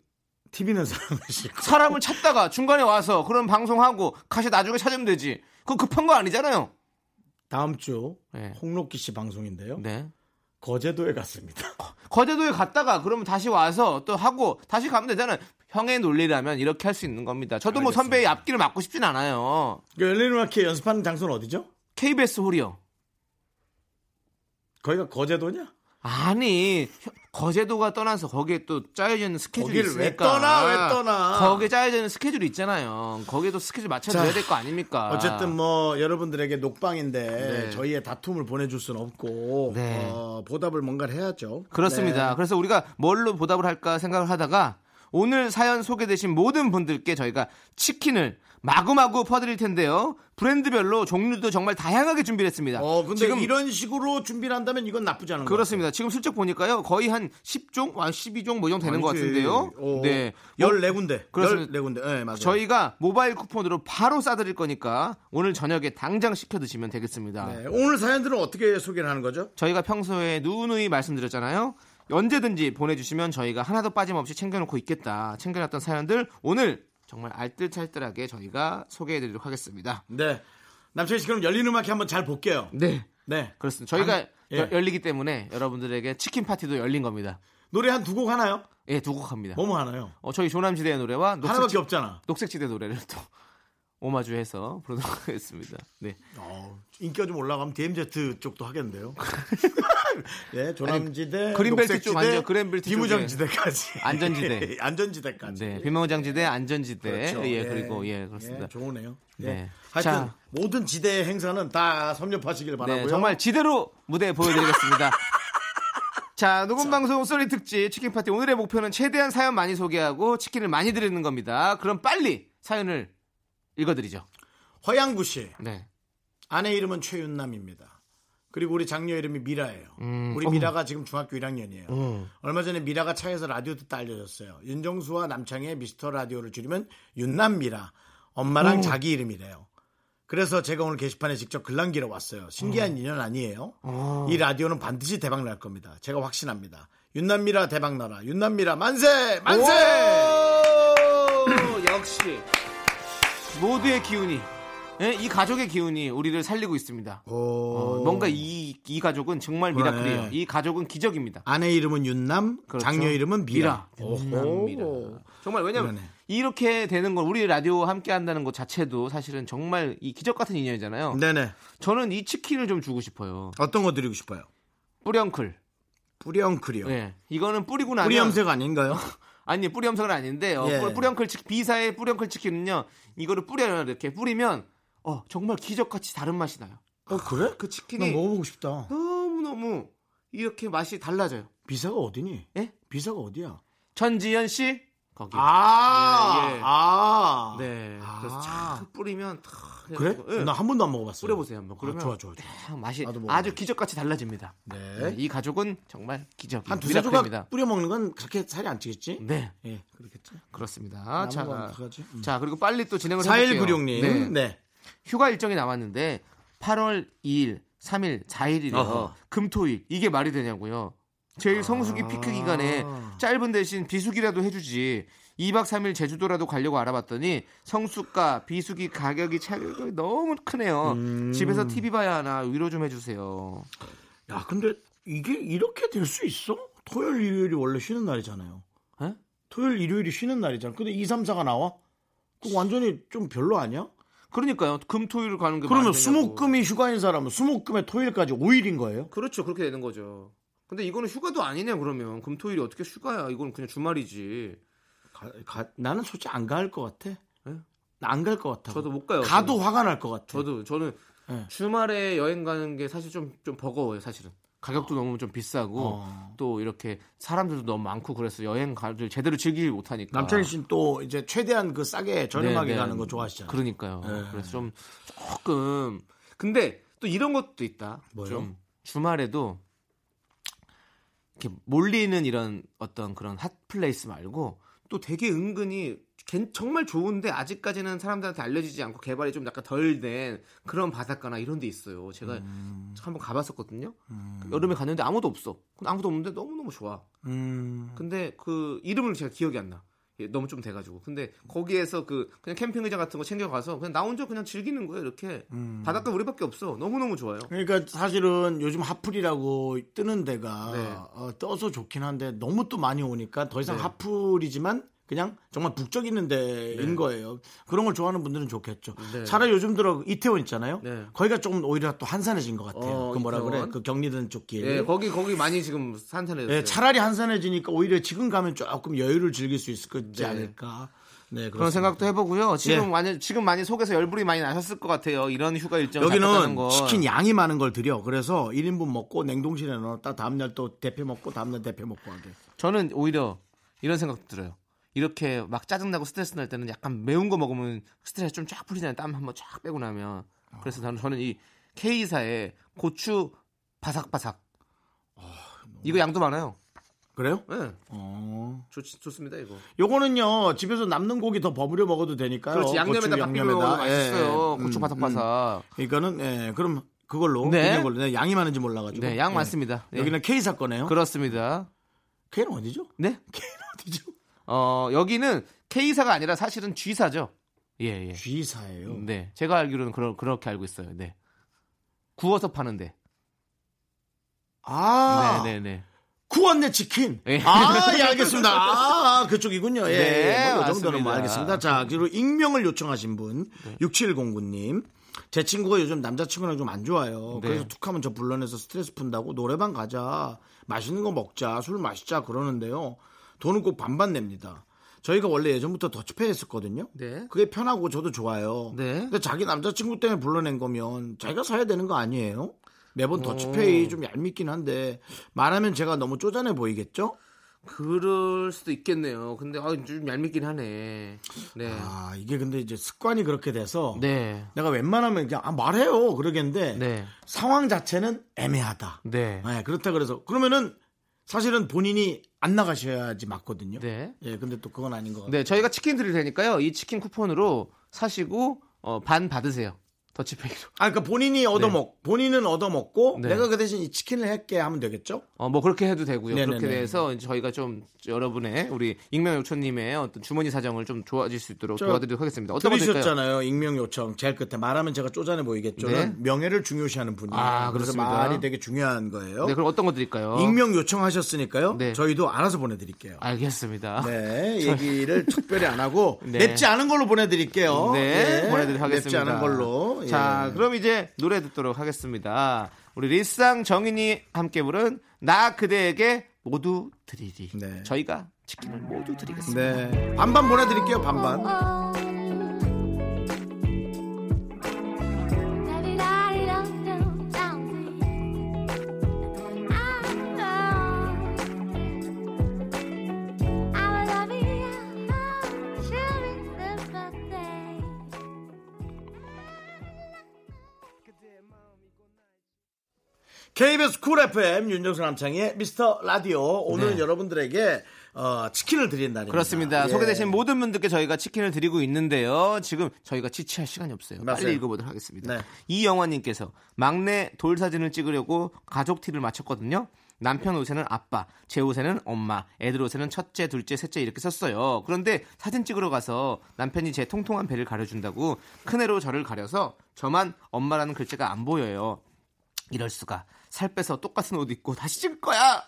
[SPEAKER 1] TV는 (laughs) 사람을 싫고
[SPEAKER 2] 사람을 찾다가 중간에 와서 그런 방송하고 다시 나중에 찾으면 되지. 그거 급한 거 아니잖아요.
[SPEAKER 1] 다음 주
[SPEAKER 2] 네.
[SPEAKER 1] 홍록기 씨 방송인데요.
[SPEAKER 2] 네.
[SPEAKER 1] 거제도에 갔습니다. (laughs)
[SPEAKER 2] 거제도에 갔다가 그러면 다시 와서 또 하고 다시 가면 되잖아요. 형의 논리라면 이렇게 할 수 있는 겁니다. 저도 뭐 선배의 앞길을 막고 싶진 않아요.
[SPEAKER 1] 그 열린 음악회 연습하는 장소는 어디죠?
[SPEAKER 2] KBS 홀이요.
[SPEAKER 1] 거기가 거제도냐?
[SPEAKER 2] 아니 거제도가 떠나서 거기에 또 짜여져 있는 스케줄이
[SPEAKER 1] 거기를 왜
[SPEAKER 2] 있으니까
[SPEAKER 1] 떠나, 왜 떠나?
[SPEAKER 2] 거기에 짜여져 있는 스케줄이 있잖아요 거기에도 스케줄 맞춰줘야
[SPEAKER 1] 자,
[SPEAKER 2] 될 거 아닙니까
[SPEAKER 1] 어쨌든 뭐 여러분들에게 녹방인데
[SPEAKER 2] 네.
[SPEAKER 1] 저희의 다툼을 보내줄 수는 없고
[SPEAKER 2] 네.
[SPEAKER 1] 어, 보답을 뭔가를 해야죠.
[SPEAKER 2] 그렇습니다
[SPEAKER 1] 네.
[SPEAKER 2] 그래서 우리가 뭘로 보답을 할까 생각을 하다가 오늘 사연 소개되신 모든 분들께 저희가 치킨을 마구마구 퍼드릴 텐데요 브랜드별로 종류도 정말 다양하게 준비를 했습니다
[SPEAKER 1] 어, 근데 이런 식으로 준비를 한다면 이건 나쁘지 않은 거죠.
[SPEAKER 2] 그렇습니다. 지금 슬쩍 보니까요. 거의 한 10종, 한 12종 뭐 이정 되는 것
[SPEAKER 1] 아니지.
[SPEAKER 2] 같은데요.
[SPEAKER 1] 어,
[SPEAKER 2] 네.
[SPEAKER 1] 14군데.
[SPEAKER 2] 그렇습니다.
[SPEAKER 1] 14군데. 네, 맞아요.
[SPEAKER 2] 저희가 모바일 쿠폰으로 바로 싸드릴 거니까 오늘 저녁에 당장 시켜 드시면 되겠습니다.
[SPEAKER 1] 네, 오늘 사연들은 어떻게 소개를 하는 거죠?
[SPEAKER 2] 저희가 평소에 누누이 말씀드렸잖아요. 언제든지 보내주시면 저희가 하나도 빠짐없이 챙겨놓고 있겠다. 챙겨놨던 사연들 오늘 정말 알뜰살뜰하게 저희가 소개해드리도록 하겠습니다.
[SPEAKER 1] 네. 남철 씨 그럼 열린 음악회 한번 잘 볼게요.
[SPEAKER 2] 네.
[SPEAKER 1] 네.
[SPEAKER 2] 그렇습니다. 저희가
[SPEAKER 1] 안- 예.
[SPEAKER 2] 여- 열리기 때문에 여러분들에게 치킨 파티도 열린 겁니다.
[SPEAKER 1] 노래 한 두 곡 하나요?
[SPEAKER 2] 예, 두 곡 합니다.
[SPEAKER 1] 뭐뭐 하나요?
[SPEAKER 2] 어, 저희 조남지대의 노래와 녹색,
[SPEAKER 1] 하나밖에 없잖아.
[SPEAKER 2] 녹색지대 노래를 또 (laughs) 오마주해서 부르도록 하겠습니다. 네.
[SPEAKER 1] 어, 인기가 좀 올라가면 DMZ 쪽도
[SPEAKER 2] (laughs)
[SPEAKER 1] 하겠는데요. 예, 조남지대,
[SPEAKER 2] 그린벨트
[SPEAKER 1] 녹색지대,
[SPEAKER 2] 쪽 아니죠? 그린벨트
[SPEAKER 1] 비무장지대까지.
[SPEAKER 2] 안전지대.
[SPEAKER 1] (laughs) 안전지대까지.
[SPEAKER 2] 네, 비망장지대, 안전지대,
[SPEAKER 1] 그렇죠.
[SPEAKER 2] 예, 그리고 예, 그렇습니다.
[SPEAKER 1] 예, 좋으네요. 예.
[SPEAKER 2] 네.
[SPEAKER 1] 하여튼
[SPEAKER 2] 자.
[SPEAKER 1] 모든 지대의 행사는 다 섭렵하시길 바라고요.
[SPEAKER 2] 네, 정말 지대로 무대 보여드리겠습니다. (laughs) 자, 녹음 방송 소리 특집 치킨 파티 오늘의 목표는 최대한 사연 많이 소개하고 치킨을 많이 드리는 겁니다. 그럼 빨리 사연을 읽어드리죠.
[SPEAKER 1] 허양구 씨
[SPEAKER 2] 네,
[SPEAKER 1] 아내 이름은 최윤남입니다. 그리고 우리 장녀 이름이 미라예요.
[SPEAKER 2] 음,
[SPEAKER 1] 우리
[SPEAKER 2] 어.
[SPEAKER 1] 미라가 지금 중학교 1학년이에요.
[SPEAKER 2] 음.
[SPEAKER 1] 얼마 전에 미라가 차에서 라디오 듣다 알려졌어요. 윤정수와 남창의 미스터 라디오를 줄이면 윤남미라. 엄마랑
[SPEAKER 2] 오.
[SPEAKER 1] 자기 이름이래요. 그래서 제가 오늘 게시판에 직접 글 남기러 왔어요.
[SPEAKER 2] 음.
[SPEAKER 1] 신기한 인연 아니에요?
[SPEAKER 2] 어.
[SPEAKER 1] 이 라디오는 반드시 대박 날 겁니다. 제가 확신합니다. 윤남미라 대박 나라. 윤남미라 만세! (laughs) 만세!
[SPEAKER 2] 오! 역시 모두의 기운이 예, 이 가족의 기운이 우리를 살리고 있습니다. 어, 뭔가 이, 이 가족은 정말
[SPEAKER 1] 그러네.
[SPEAKER 2] 미라클이에요. 이 가족은 기적입니다.
[SPEAKER 1] 아내 이름은 윤남,
[SPEAKER 2] 그렇죠.
[SPEAKER 1] 장녀 이름은 미라.
[SPEAKER 2] 윤남 미라.
[SPEAKER 1] 오호.
[SPEAKER 2] 정말 왜냐면
[SPEAKER 1] 그러네.
[SPEAKER 2] 이렇게 되는 건 우리 라디오 함께 한다는 것 자체도 사실은 정말 이 기적 같은 인연이잖아요.
[SPEAKER 1] 네네.
[SPEAKER 2] 저는 이 치킨을 좀 주고 싶어요.
[SPEAKER 1] 어떤 거 드리고 싶어요?
[SPEAKER 2] 뿌령클.
[SPEAKER 1] 뿌리엉클이요.
[SPEAKER 2] 예. 이거는 뿌리고 나면
[SPEAKER 1] 뿌리 염색 네. 아닌가요?
[SPEAKER 2] 아니 뿌리 염색은 아닌데 어,
[SPEAKER 1] 예.
[SPEAKER 2] 뿌- 뿌령클 치 비사의 뿌령클 치킨은요 이거를 뿌려요 이렇게 뿌리면 어 정말 기적같이 다른 맛이 나요.
[SPEAKER 1] 어 그래?
[SPEAKER 2] 그 치킨이
[SPEAKER 1] 나 먹어보고 싶다.
[SPEAKER 2] 너무 너무 이렇게 맛이 달라져요.
[SPEAKER 1] 비사가 어디니?
[SPEAKER 2] 예?
[SPEAKER 1] 비사가 어디야?
[SPEAKER 2] 전지현 씨 거기.
[SPEAKER 1] 아,
[SPEAKER 2] 예, 예.
[SPEAKER 1] 아,
[SPEAKER 2] 네. 그래서
[SPEAKER 1] 아.
[SPEAKER 2] 착 뿌리면 탁
[SPEAKER 1] 그래?
[SPEAKER 2] 해가지고, 예.
[SPEAKER 1] 나 한 번도 안 먹어봤어.
[SPEAKER 2] 뿌려보세요 한번. 그러면
[SPEAKER 1] 좋아, 좋아, 좋아.
[SPEAKER 2] 딱 맛이
[SPEAKER 1] 나도 먹어봐야지.
[SPEAKER 2] 아주 기적같이 달라집니다.
[SPEAKER 1] 네.
[SPEAKER 2] 네, 이 가족은 정말 기적.
[SPEAKER 1] 한 두세 조각
[SPEAKER 2] 미라클입니다.
[SPEAKER 1] 뿌려 먹는 건 그렇게 살이 안 찌겠지?
[SPEAKER 2] 네,
[SPEAKER 1] 예, 그렇겠지.
[SPEAKER 2] 그렇습니다. 자,
[SPEAKER 1] 남은 건 어떡하지? 음.
[SPEAKER 2] 아, 자 그리고 빨리 또 진행을 해볼게요.
[SPEAKER 1] 4196님.
[SPEAKER 2] 네.
[SPEAKER 1] 네.
[SPEAKER 2] 휴가 일정이 남았는데 8월 2일, 3일, 4일이요.
[SPEAKER 1] 어허. 아.
[SPEAKER 2] 금토일 이게 말이 되냐고요? 제일 성수기 피크 기간에 짧은 대신 비수기라도 해주지. 2박 3일 제주도라도 가려고 알아봤더니 성수가 비수기 가격이 차이가 너무 크네요.
[SPEAKER 1] 음.
[SPEAKER 2] 집에서 TV 봐야 하나 위로 좀 해주세요.
[SPEAKER 1] 야, 근데 이게 이렇게 될 수 있어? 토요일, 일요일이 원래 쉬는 날이잖아요. 토요일, 일요일이 쉬는 날이잖아. 근데 2, 3, 4가 나와? 그럼 완전히 좀 별로 아니야?
[SPEAKER 2] 그러니까요. 금, 토, 일 가는 게
[SPEAKER 1] 그러면
[SPEAKER 2] 말이 되냐고.
[SPEAKER 1] 수목금이 휴가인 사람은 수목금에 토일까지 5일인 거예요?
[SPEAKER 2] 그렇죠. 그렇게 되는 거죠. 근데 이거는 휴가도 아니네 그러면 금, 토, 일이 어떻게 휴가야? 이거는 그냥 주말이지.
[SPEAKER 1] 나는 솔직히 안 갈 것 같아. 안 갈 것 같아.
[SPEAKER 2] 저도 못 가요.
[SPEAKER 1] 뭐 가도 예.
[SPEAKER 2] 저는.
[SPEAKER 1] 화가 날 것 같아.
[SPEAKER 2] 저도 저는 주말에 여행 가는 게 사실 좀 좀 버거워요 사실은
[SPEAKER 1] 어.
[SPEAKER 2] 가격도 너무 좀 비싸고
[SPEAKER 1] 뭐.
[SPEAKER 2] 또 이렇게 사람들도 너무 많고 그래서 여행 가를 제대로 즐기지 못하니까
[SPEAKER 1] 남창희 씨는 또 이제 최대한 그 싸게 저렴하게
[SPEAKER 2] 네, 네.
[SPEAKER 1] 가는 거 좋아하시잖아요. 네.
[SPEAKER 2] 그러니까요. 그래서 좀 조금 근데 또 이런 것도 있다.
[SPEAKER 1] 뭐요?
[SPEAKER 2] 좀 주말에도 이렇게 몰리는 이런 어떤 그런 핫플레이스 말고 또 되게 은근히 걘- 정말 좋은데 아직까지는 사람들한테 알려지지 않고 개발이 좀 약간 덜 된 그런 바닷가나 이런 데 있어요. 제가
[SPEAKER 1] 음.
[SPEAKER 2] 한번 가봤었거든요. 여름에 갔는데 아무도 없어. 근데 아무도 없는데 너무너무 좋아.
[SPEAKER 1] 음.
[SPEAKER 2] 근데 그 이름을 제가 기억이 안 나. 예, 너무 좀 돼가지고. 근데 거기에서 그 그냥 캠핑 의자 같은 거 챙겨가서 그냥 나 혼자 그냥 즐기는 거예요. 이렇게
[SPEAKER 1] 음.
[SPEAKER 2] 바닷가 우리밖에 없어. 너무 너무 좋아요.
[SPEAKER 1] 그러니까 사실은 요즘 핫플이라고 뜨는 데가
[SPEAKER 2] 네.
[SPEAKER 1] 어, 떠서 좋긴 한데 너무 또 많이 오니까 더 이상
[SPEAKER 2] 네.
[SPEAKER 1] 핫플이지만 그냥 정말 북적 있는 데인
[SPEAKER 2] 네.
[SPEAKER 1] 거예요. 그런 걸 좋아하는 분들은 좋겠죠.
[SPEAKER 2] 네.
[SPEAKER 1] 차라리 요즘 들어 이태원 있잖아요.
[SPEAKER 2] 네.
[SPEAKER 1] 거기가 조금 오히려 또 한산해진 것 같아요.
[SPEAKER 2] 어,
[SPEAKER 1] 그 뭐라
[SPEAKER 2] 이태원.
[SPEAKER 1] 그래? 그 격리된 쪽 길.
[SPEAKER 2] 예, 거기 거기 많이 지금 산산해졌어요.
[SPEAKER 1] 예, 차라리 한산해지니까 오히려 지금 가면 조금 여유를 즐길 수 있을 거지
[SPEAKER 2] 네.
[SPEAKER 1] 않을까. 네,
[SPEAKER 2] 그런 생각도 해보고요. 지금
[SPEAKER 1] 예.
[SPEAKER 2] 많이 지금 많이 속에서 열불이 많이 나셨을 것 같아요. 이런 휴가 일정 잡혔다는
[SPEAKER 1] 여기는
[SPEAKER 2] 건.
[SPEAKER 1] 치킨 양이 많은 걸 드려. 그래서 1인분 먹고 냉동실에 넣었다 다음날 또 대패 먹고 다음날 대패 먹고 하게.
[SPEAKER 2] 저는 오히려 이런 생각도 들어요. 이렇게 막 짜증나고 스트레스 날 때는 약간 매운 거 먹으면 스트레스 좀 쫙 풀리잖아요. 땀 한번 쫙 빼고 나면.
[SPEAKER 1] 아.
[SPEAKER 2] 그래서 저는, 저는 이 K사의 고추 바삭바삭.
[SPEAKER 1] 아,
[SPEAKER 2] 이거 양도 많아요.
[SPEAKER 1] 그래요?
[SPEAKER 2] 네.
[SPEAKER 1] 어.
[SPEAKER 2] 좋, 좋습니다, 이거.
[SPEAKER 1] 요거는요 집에서 남는 고기 더 버무려 먹어도 되니까요.
[SPEAKER 2] 그렇지, 양념에다
[SPEAKER 1] 아, 고추,
[SPEAKER 2] 밥 비벼 먹어도
[SPEAKER 1] 예,
[SPEAKER 2] 맛있어요.
[SPEAKER 1] 예.
[SPEAKER 2] 고추
[SPEAKER 1] 음,
[SPEAKER 2] 바삭바삭.
[SPEAKER 1] 음. 그러니까는 예, 그럼 그걸로
[SPEAKER 2] 네.
[SPEAKER 1] 그냥 걸로 내가 양이 많은지 몰라가지고.
[SPEAKER 2] 네, 양
[SPEAKER 1] 예.
[SPEAKER 2] 많습니다. 예.
[SPEAKER 1] 여기는 K 사건이에요.
[SPEAKER 2] 그렇습니다.
[SPEAKER 1] K는 어디죠?
[SPEAKER 2] 네?
[SPEAKER 1] (laughs) K는 어디죠?
[SPEAKER 2] 어, 여기는 K사가 아니라 사실은 G사죠. 예, 예.
[SPEAKER 1] G사예요.
[SPEAKER 2] 네. 제가 알기로는 그러, 그렇게 알고 있어요. 네. 구워서 파는데.
[SPEAKER 1] 아,
[SPEAKER 2] 네, 네, 네.
[SPEAKER 1] 구웠네 치킨.
[SPEAKER 2] 예.
[SPEAKER 1] 아, 예, 알겠습니다. 아, 아, 그쪽이군요. 예,
[SPEAKER 2] 네,
[SPEAKER 1] 뭐이 정도는 뭐
[SPEAKER 2] 맞습니다. 네.
[SPEAKER 1] 알겠습니다. 자, 그리고 익명을 요청하신 분, 6709님. 제 친구가 요즘 남자친구랑 좀 안 좋아요.
[SPEAKER 2] 네.
[SPEAKER 1] 그래서 툭 하면 저 불러내서 스트레스 푼다고 노래방 가자, 맛있는 거 먹자, 술 마시자 그러는데요. 돈은 꼭 반반 냅니다. 저희가 원래 예전부터 더치페이했었거든요.
[SPEAKER 2] 네.
[SPEAKER 1] 그게 편하고 저도 좋아요.
[SPEAKER 2] 네.
[SPEAKER 1] 근데 자기 남자친구 때문에 불러낸 거면 자기가 사야 되는 거 아니에요? 매번
[SPEAKER 2] 음.
[SPEAKER 1] 더치페이 좀 얄밉긴 한데 말하면 제가 너무 쪼잔해 보이겠죠?
[SPEAKER 2] 그럴 수도 있겠네요. 근데 아, 좀 얄밉긴 하네. 네.
[SPEAKER 1] 아 이게 근데 이제 습관이 그렇게 돼서
[SPEAKER 2] 네.
[SPEAKER 1] 내가 웬만하면 그냥 아, 말해요 그러겠는데
[SPEAKER 2] 네.
[SPEAKER 1] 상황 자체는 애매하다.
[SPEAKER 2] 네.
[SPEAKER 1] 네, 그렇다 그래서 그러면은 사실은 본인이 안 나가셔야지 맞거든요.
[SPEAKER 2] 네.
[SPEAKER 1] 예, 근데 또 그건 아닌 것 같아요.
[SPEAKER 2] 네, 저희가 치킨 드릴 테니까요. 이 치킨 쿠폰으로 사시고 어, 반 받으세요. 더치페이로.
[SPEAKER 1] 아, 그러니까 본인이 얻어먹, 본인은 얻어먹고
[SPEAKER 2] 네.
[SPEAKER 1] 내가 그 대신 이 치킨을 할게 하면 되겠죠?
[SPEAKER 2] 어, 뭐 그렇게 해도 되고요.
[SPEAKER 1] 네네네.
[SPEAKER 2] 그렇게 돼서 이제 저희가 좀 여러분의 우리 익명 요청님의 어떤 주머니 사정을 좀 좋아질 수 있도록
[SPEAKER 1] 저
[SPEAKER 2] 도와드리도록 하겠습니다. 어떤 거 드릴까요?
[SPEAKER 1] 들으셨잖아요 익명 요청 제일 끝에 말하면 제가 쪼잔해 보이겠죠
[SPEAKER 2] 네.
[SPEAKER 1] 는 명예를 중요시하는 분이에요
[SPEAKER 2] 아,
[SPEAKER 1] 그래서
[SPEAKER 2] 그렇습니다.
[SPEAKER 1] 말이 되게 중요한 거예요
[SPEAKER 2] 네, 그럼 어떤 거 드릴까요?
[SPEAKER 1] 익명 요청하셨으니까요
[SPEAKER 2] 네.
[SPEAKER 1] 저희도 알아서 보내드릴게요
[SPEAKER 2] 알겠습니다.
[SPEAKER 1] 네 얘기를 특별히 안 하고
[SPEAKER 2] (laughs) 네.
[SPEAKER 1] 냅지 않은 걸로 보내드릴게요
[SPEAKER 2] 네,
[SPEAKER 1] 네,
[SPEAKER 2] 보내드리도록 하겠습니다.
[SPEAKER 1] 냅지 않은 걸로 예.
[SPEAKER 2] 자, 그럼 이제 노래 듣도록 하겠습니다. 우리 리쌍 정인이 함께 부른 나 그대에게 모두 드리리.
[SPEAKER 1] 네.
[SPEAKER 2] 저희가 치킨을 모두 드리겠습니다.
[SPEAKER 1] 네 반반 보내드릴게요 반반 KBS 쿨 FM 윤정수 남창의 미스터 라디오 오늘은
[SPEAKER 2] 네.
[SPEAKER 1] 여러분들에게 어, 치킨을 드린 날입니다
[SPEAKER 2] 그렇습니다.
[SPEAKER 1] 예.
[SPEAKER 2] 소개되신 모든 분들께 저희가 치킨을 드리고 있는데요. 지금 저희가 지체할 시간이 없어요.
[SPEAKER 1] 맞아요.
[SPEAKER 2] 빨리 읽어보도록 하겠습니다.
[SPEAKER 1] 네.
[SPEAKER 2] 이영화님께서 막내 돌 사진을 찍으려고 가족 티를 맞췄거든요. 남편 옷에는 아빠, 제 옷에는 엄마, 애들 옷에는 첫째, 둘째, 셋째 이렇게 썼어요. 그런데 사진 찍으러 가서 남편이 제 통통한 배를 가려준다고 큰애로 저를 가려서 저만 엄마라는 글자가 안 보여요. 이럴 수가. 살 빼서 똑같은 옷 입고 다시 찍을 거야.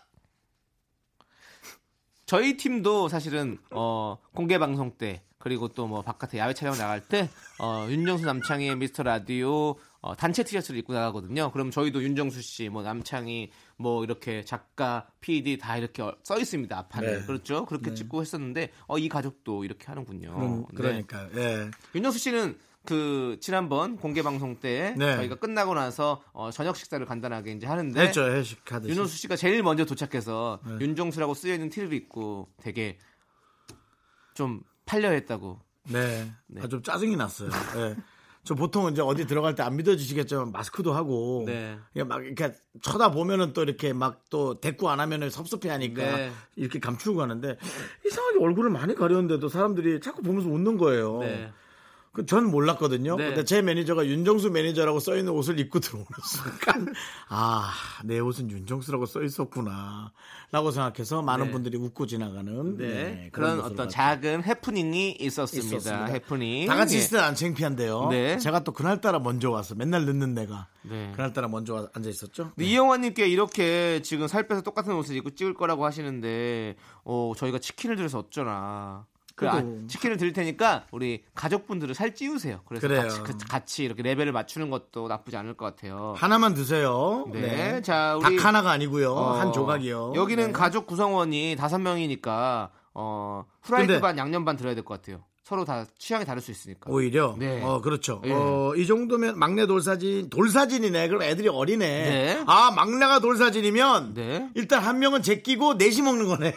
[SPEAKER 2] 저희 팀도 사실은 어, 공개 방송 때 그리고 또 뭐 바깥에 야외 촬영 나갈 때 어, 윤정수 남창희의 미스터 라디오 어, 단체 티셔츠를 입고 나가거든요. 그럼 저희도 윤정수 씨, 뭐 남창희, 뭐 이렇게 작가, PD 다 이렇게 어- 써 있습니다 앞판에
[SPEAKER 1] 네.
[SPEAKER 2] 그렇죠. 그렇게
[SPEAKER 1] 네.
[SPEAKER 2] 찍고 했었는데 어, 이 가족도 이렇게 하는군요.
[SPEAKER 1] 그럼,
[SPEAKER 2] 네.
[SPEAKER 1] 그러니까 예.
[SPEAKER 2] 윤정수 씨는 그 지난번 공개 방송 때
[SPEAKER 1] 네.
[SPEAKER 2] 저희가 끝나고 나서 어, 저녁 식사를 간단하게 이제 하는데
[SPEAKER 1] 했죠 회식 하듯이.
[SPEAKER 2] 네. 윤정수 씨가 제일 먼저 도착해서 윤정수라고 쓰여 있는 티를 입고 되게 좀 팔려 했다고.
[SPEAKER 1] 네. 아, 좀 짜증이 났어요. 예. 저 보통 이제 어디 들어갈 때 안 믿어지시겠지만 마스크도 하고
[SPEAKER 2] 네.
[SPEAKER 1] 그냥 막 이렇게 쳐다보면은 또 이렇게 막 또 대꾸 안 하면은 섭섭해 하니까
[SPEAKER 2] 네.
[SPEAKER 1] 이렇게 감추고 가는데 이상하게 얼굴을 많이 가렸는데도 사람들이 자꾸 보면서 웃는 거예요.
[SPEAKER 2] 네.
[SPEAKER 1] 그 전 몰랐거든요.
[SPEAKER 2] 네.
[SPEAKER 1] 근데 제 매니저가 윤정수 매니저라고 써 있는 옷을 입고 들어오는 순간 (laughs) 아 내 옷은 윤정수라고 써 있었구나라고 생각해서 많은
[SPEAKER 2] 네.
[SPEAKER 1] 분들이 웃고 지나가는
[SPEAKER 2] 네.
[SPEAKER 1] 네,
[SPEAKER 2] 그런
[SPEAKER 1] 모습을
[SPEAKER 2] 어떤
[SPEAKER 1] 봤죠.
[SPEAKER 2] 작은 해프닝이 있었습니다. 해프닝.
[SPEAKER 1] 다 같이
[SPEAKER 2] 예.
[SPEAKER 1] 있을 때안 창피한데요.
[SPEAKER 2] 네.
[SPEAKER 1] 제가 또 그날따라 먼저 와서 맨날 늦는 내가
[SPEAKER 2] 네.
[SPEAKER 1] 그날따라 먼저 와 앉아 있었죠.
[SPEAKER 2] 근데 이영환님께 이렇게 지금 살 빼서 똑같은 옷을 입고 찍을 거라고 하시는데, 어, 저희가 치킨을 드려서 어쩌나. 그 아,
[SPEAKER 1] 그래도-
[SPEAKER 2] 치킨을 드릴 테니까 우리 가족분들을 살 찌우세요. 그래서
[SPEAKER 1] 그래요.
[SPEAKER 2] 같이, 그- 같이 이렇게 레벨을 맞추는 것도 나쁘지 않을 것 같아요.
[SPEAKER 1] 하나만 드세요.
[SPEAKER 2] 네. 자, 우리
[SPEAKER 1] 닭 하나가 아니고요.
[SPEAKER 2] 어,
[SPEAKER 1] 한 조각이요.
[SPEAKER 2] 여기는
[SPEAKER 1] 네.
[SPEAKER 2] 가족 구성원이 다섯 명이니까 어, 후라이드
[SPEAKER 1] 근데-
[SPEAKER 2] 반, 양념 반 들어야 될 것 같아요. 서로 다 취향이 다를 수 있으니까.
[SPEAKER 1] 오히려
[SPEAKER 2] 네.
[SPEAKER 1] 어 그렇죠.
[SPEAKER 2] 예.
[SPEAKER 1] 어, 이 정도면 막내 돌사진 돌사진이네. 그럼 애들이 어리네.
[SPEAKER 2] 네.
[SPEAKER 1] 아 막내가 돌사진이면
[SPEAKER 2] 네.
[SPEAKER 1] 일단 한 명은 제끼고 넷이 먹는 거네.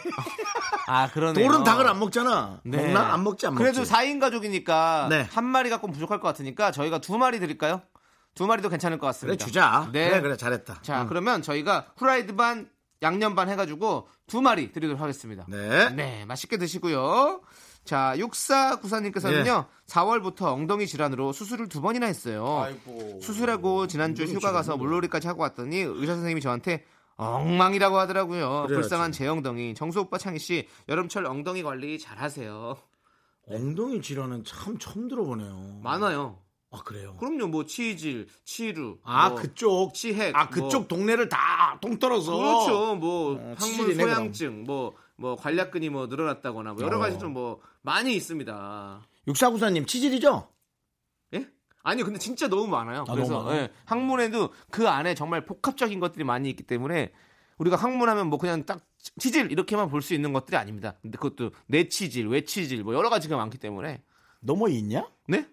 [SPEAKER 2] 아, 그러네요.
[SPEAKER 1] 돌은 닭을 안 먹잖아.
[SPEAKER 2] 네.
[SPEAKER 1] 먹나 안 먹지 안 먹지.
[SPEAKER 2] 그래도 4인 가족이니까
[SPEAKER 1] 네.
[SPEAKER 2] 한 마리 갖고 부족할 것 같으니까 저희가 두 마리 드릴까요? 두 마리도 괜찮을 것
[SPEAKER 1] 그래
[SPEAKER 2] 같습니다.
[SPEAKER 1] 주자.
[SPEAKER 2] 네.
[SPEAKER 1] 그래 그래 잘했다.
[SPEAKER 2] 자,
[SPEAKER 1] 음.
[SPEAKER 2] 그러면 저희가 후라이드 반, 양념 반 해가지고 두 마리 드리도록 하겠습니다.
[SPEAKER 1] 네.
[SPEAKER 2] 네, 맛있게 드시고요. 자, 6494님께서는요, 4월부터 엉덩이 질환으로 수술을 두 번이나 했어요. 수술하고 지난주 휴가 가서 물놀이까지 하고 왔더니 의사 선생님이 저한테 엉망이라고 하더라고요.
[SPEAKER 1] 그래야지.
[SPEAKER 2] 불쌍한 제 엉덩이. 정수 오빠 창희 씨, 여름철 엉덩이 관리 잘하세요.
[SPEAKER 1] 음. 엉덩이 질환은 참 처음 들어보네요.
[SPEAKER 2] 많아요.
[SPEAKER 1] 아 그래요.
[SPEAKER 2] 그럼요, 뭐 치질, 치루,
[SPEAKER 1] 아
[SPEAKER 2] 뭐
[SPEAKER 1] 그쪽
[SPEAKER 2] 치핵,
[SPEAKER 1] 아 그쪽
[SPEAKER 2] 뭐. 동네를
[SPEAKER 1] 동네를 다 동떨어서
[SPEAKER 2] 그렇죠. 뭐
[SPEAKER 1] 어,
[SPEAKER 2] 항문
[SPEAKER 1] 치질이네,
[SPEAKER 2] 소양증, 뭐 뭐 관략근이 뭐 늘어났다거나 뭐 여러
[SPEAKER 1] 어.
[SPEAKER 2] 가지 좀 뭐 많이 있습니다.
[SPEAKER 1] 육사구사님 치질이죠?
[SPEAKER 2] 예? 아니요, 근데 진짜 너무 많아요.
[SPEAKER 1] 아,
[SPEAKER 2] 그래서
[SPEAKER 1] 너무 많아요?
[SPEAKER 2] 예, 항문에도 그 안에 정말 복합적인 것들이 많이 있기 때문에 우리가 항문하면 뭐 그냥 딱 치질 이렇게만 볼 수 있는 것들이 아닙니다. 근데 그것도 내치질, 외치질 뭐 여러 가지가 많기 때문에
[SPEAKER 1] 너 뭐 있냐?
[SPEAKER 2] 네?